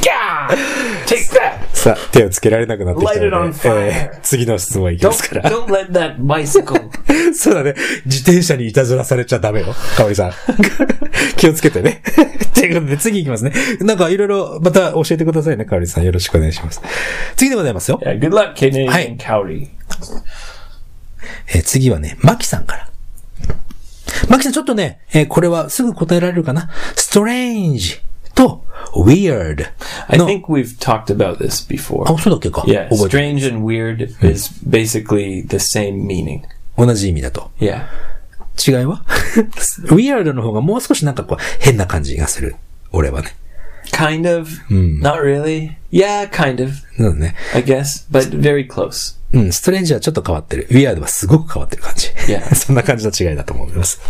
Speaker 2: Yeah! Take that!
Speaker 1: さ、手をつけられなくなってきた
Speaker 2: Light it
Speaker 1: の
Speaker 2: on
Speaker 1: で、
Speaker 2: fire.
Speaker 1: えー次の質問いきま
Speaker 2: Don't,
Speaker 1: すから。
Speaker 2: don't let that bicycle.
Speaker 1: そうだね。自転車にいたずらされちゃダメよ。かおりさん。 気をつけてね。 ということで、次いきますね。なんかいろいろ、また教えてくださいね、かおりさん。よろしくお願いします。次でございますよ。
Speaker 2: Yeah, good luck, Canadian
Speaker 1: Hey.
Speaker 2: Cowdy.
Speaker 1: えー次はね、マキさんから。マキさん、ちょっとね、えーこれはすぐ答えられるかな。strange と weird
Speaker 2: I
Speaker 1: の、
Speaker 2: think we've talked about this before.
Speaker 1: あ、そうだっけか。
Speaker 2: Yeah,
Speaker 1: 覚えてる
Speaker 2: strange and weird is basically the same meaning.
Speaker 1: 同じ意味だと。
Speaker 2: Yeah.
Speaker 1: 違いは ?weird の方がもう少しなんかこう、変な感じがする。俺はね。
Speaker 2: Kind of. Not really. Yeah, kind of,
Speaker 1: そうだね。
Speaker 2: I guess, but very close.
Speaker 1: うん、ストレンジはちょっと変わってる。ウィアードはすごく変わってる感じ。
Speaker 2: Yeah.
Speaker 1: そんな感じの違いだと思います。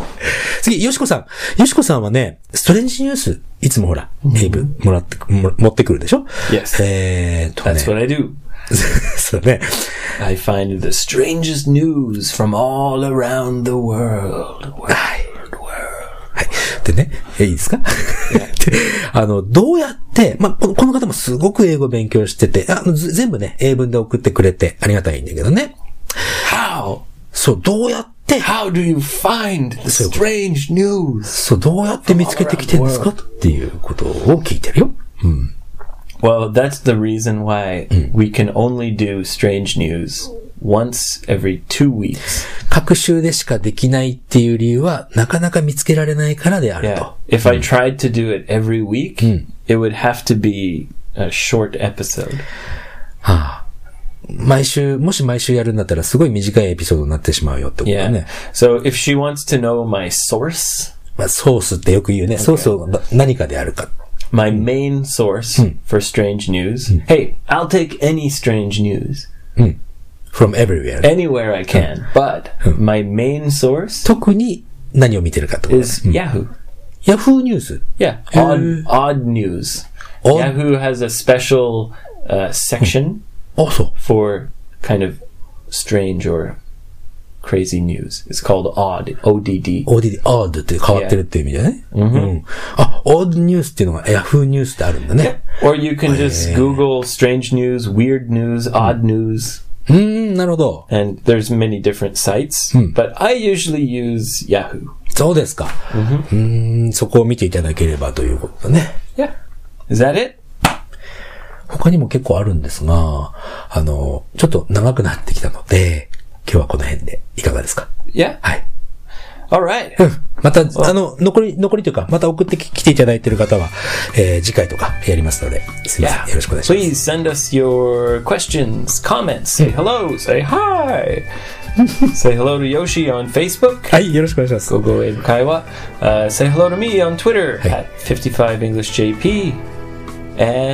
Speaker 1: 次、ヨシコさん。ヨシコさんはね、ストレンジニュース、いつもほら、ネイブ、もらってく、も持ってくるでしょ
Speaker 2: Yes.
Speaker 1: えーっとね
Speaker 2: That's。what I do.
Speaker 1: そうだね。
Speaker 2: I find the strangest news from all around the world. World, world.
Speaker 1: はい。でね、えいいですか であの、どうやって、まあ、ここの方もすごく英語勉強してて、あのず全部ね、英文で送ってくれてありがたいんだけどね。
Speaker 2: How?
Speaker 1: そう、どうやって、
Speaker 2: How do you find the
Speaker 1: So-
Speaker 2: strange news?
Speaker 1: そう、どうやって見つけてきてるんですかっていうことを聞いてるよ。
Speaker 2: Well, that's the reason why we can only do strange news once every two weeks.
Speaker 1: 各週でしかできないっていう理由は、なかなか見つけられないからである
Speaker 2: Yeah.
Speaker 1: と。
Speaker 2: If I tried to do it every week, it would have to be a short episode.
Speaker 1: 毎週、もし毎週やるんだったら、すごい短いエピソードになってしまうよってことだ
Speaker 2: Yeah.
Speaker 1: ね。
Speaker 2: So if she wants to know my source,
Speaker 1: まあ、ソースってよく言うね。ソースをな何かであるか。
Speaker 2: my main source for strange news, hey, I'll take any strange news
Speaker 1: from everywhere.
Speaker 2: anywhere I can. But my main source
Speaker 1: 特に何を見てるかってことだね。
Speaker 2: is Yahoo.
Speaker 1: ヤフーニュース。
Speaker 2: Yeah.
Speaker 1: Mm.
Speaker 2: Odd, odd news.
Speaker 1: Odd-
Speaker 2: Yahoo has a special uh, section
Speaker 1: あ、そう。
Speaker 2: for kind of strange or crazy news. It's called odd. O D D.
Speaker 1: ODD、odd って変わってるっていう意味だね。うん。あ、odd ニュースっていうのがヤフーニュースってあるんだね。
Speaker 2: Or you can just Google strange news, weird news, odd news,
Speaker 1: うーん、なるほど。
Speaker 2: and there's many different sites. But I usually use Yahoo.
Speaker 1: そうですか。うーん、そこを見ていただければということだね。
Speaker 2: Yeah. Is that it?
Speaker 1: 他にも結構あるんですが、あの、ちょっと長くなってきたので、今日はこの辺でいかがですか
Speaker 2: Yeah.
Speaker 1: はい。
Speaker 2: All right.
Speaker 1: また、あの、残り、残りというか、また送ってき来ていただいている方は、えー次回とかやりますので、すいませ
Speaker 2: Yeah.
Speaker 1: ん。よろしくお願いします。
Speaker 2: Please send us your questions, comments, say hello, say hi. say hello to Yoshi on Facebook.
Speaker 1: はい、よろしくお願いします。
Speaker 2: Gogo Abe Kaiwa. Uh, say hello to me on Twitter at 55EnglishJP.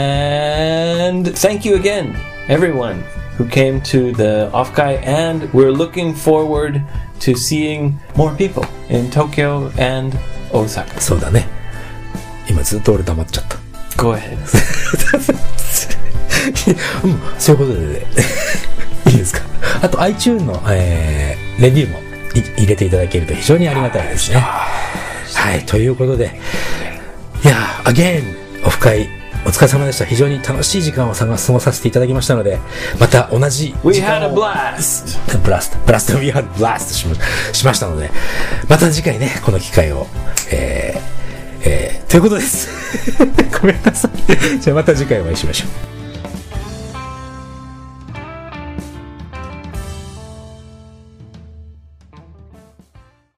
Speaker 2: And thank you again, everyone who came to the Ofkai, and we're looking forward to seeing more people in Tokyo and Osaka.
Speaker 1: そうだね。今ずっと俺黙っちゃった。
Speaker 2: Go ahead.
Speaker 1: うん、そういうことで、ね、 いいですか。あと iTune の、えーレビューもい入れていただけると非常にありがたいですね。はい、ということで、いやー、again、オフ会、お疲れ様でした。非常に楽しい時間を探過ごさせていただきましたので、また同じ
Speaker 2: We
Speaker 1: 時
Speaker 2: had
Speaker 1: 間
Speaker 2: a
Speaker 1: を
Speaker 2: blast.
Speaker 1: ブラスト、ブラスト、We had blast しましましたので、また次回ね、この機会を、 えーえーということです。ごめんなさい。じゃあまた次回お会いしましょう。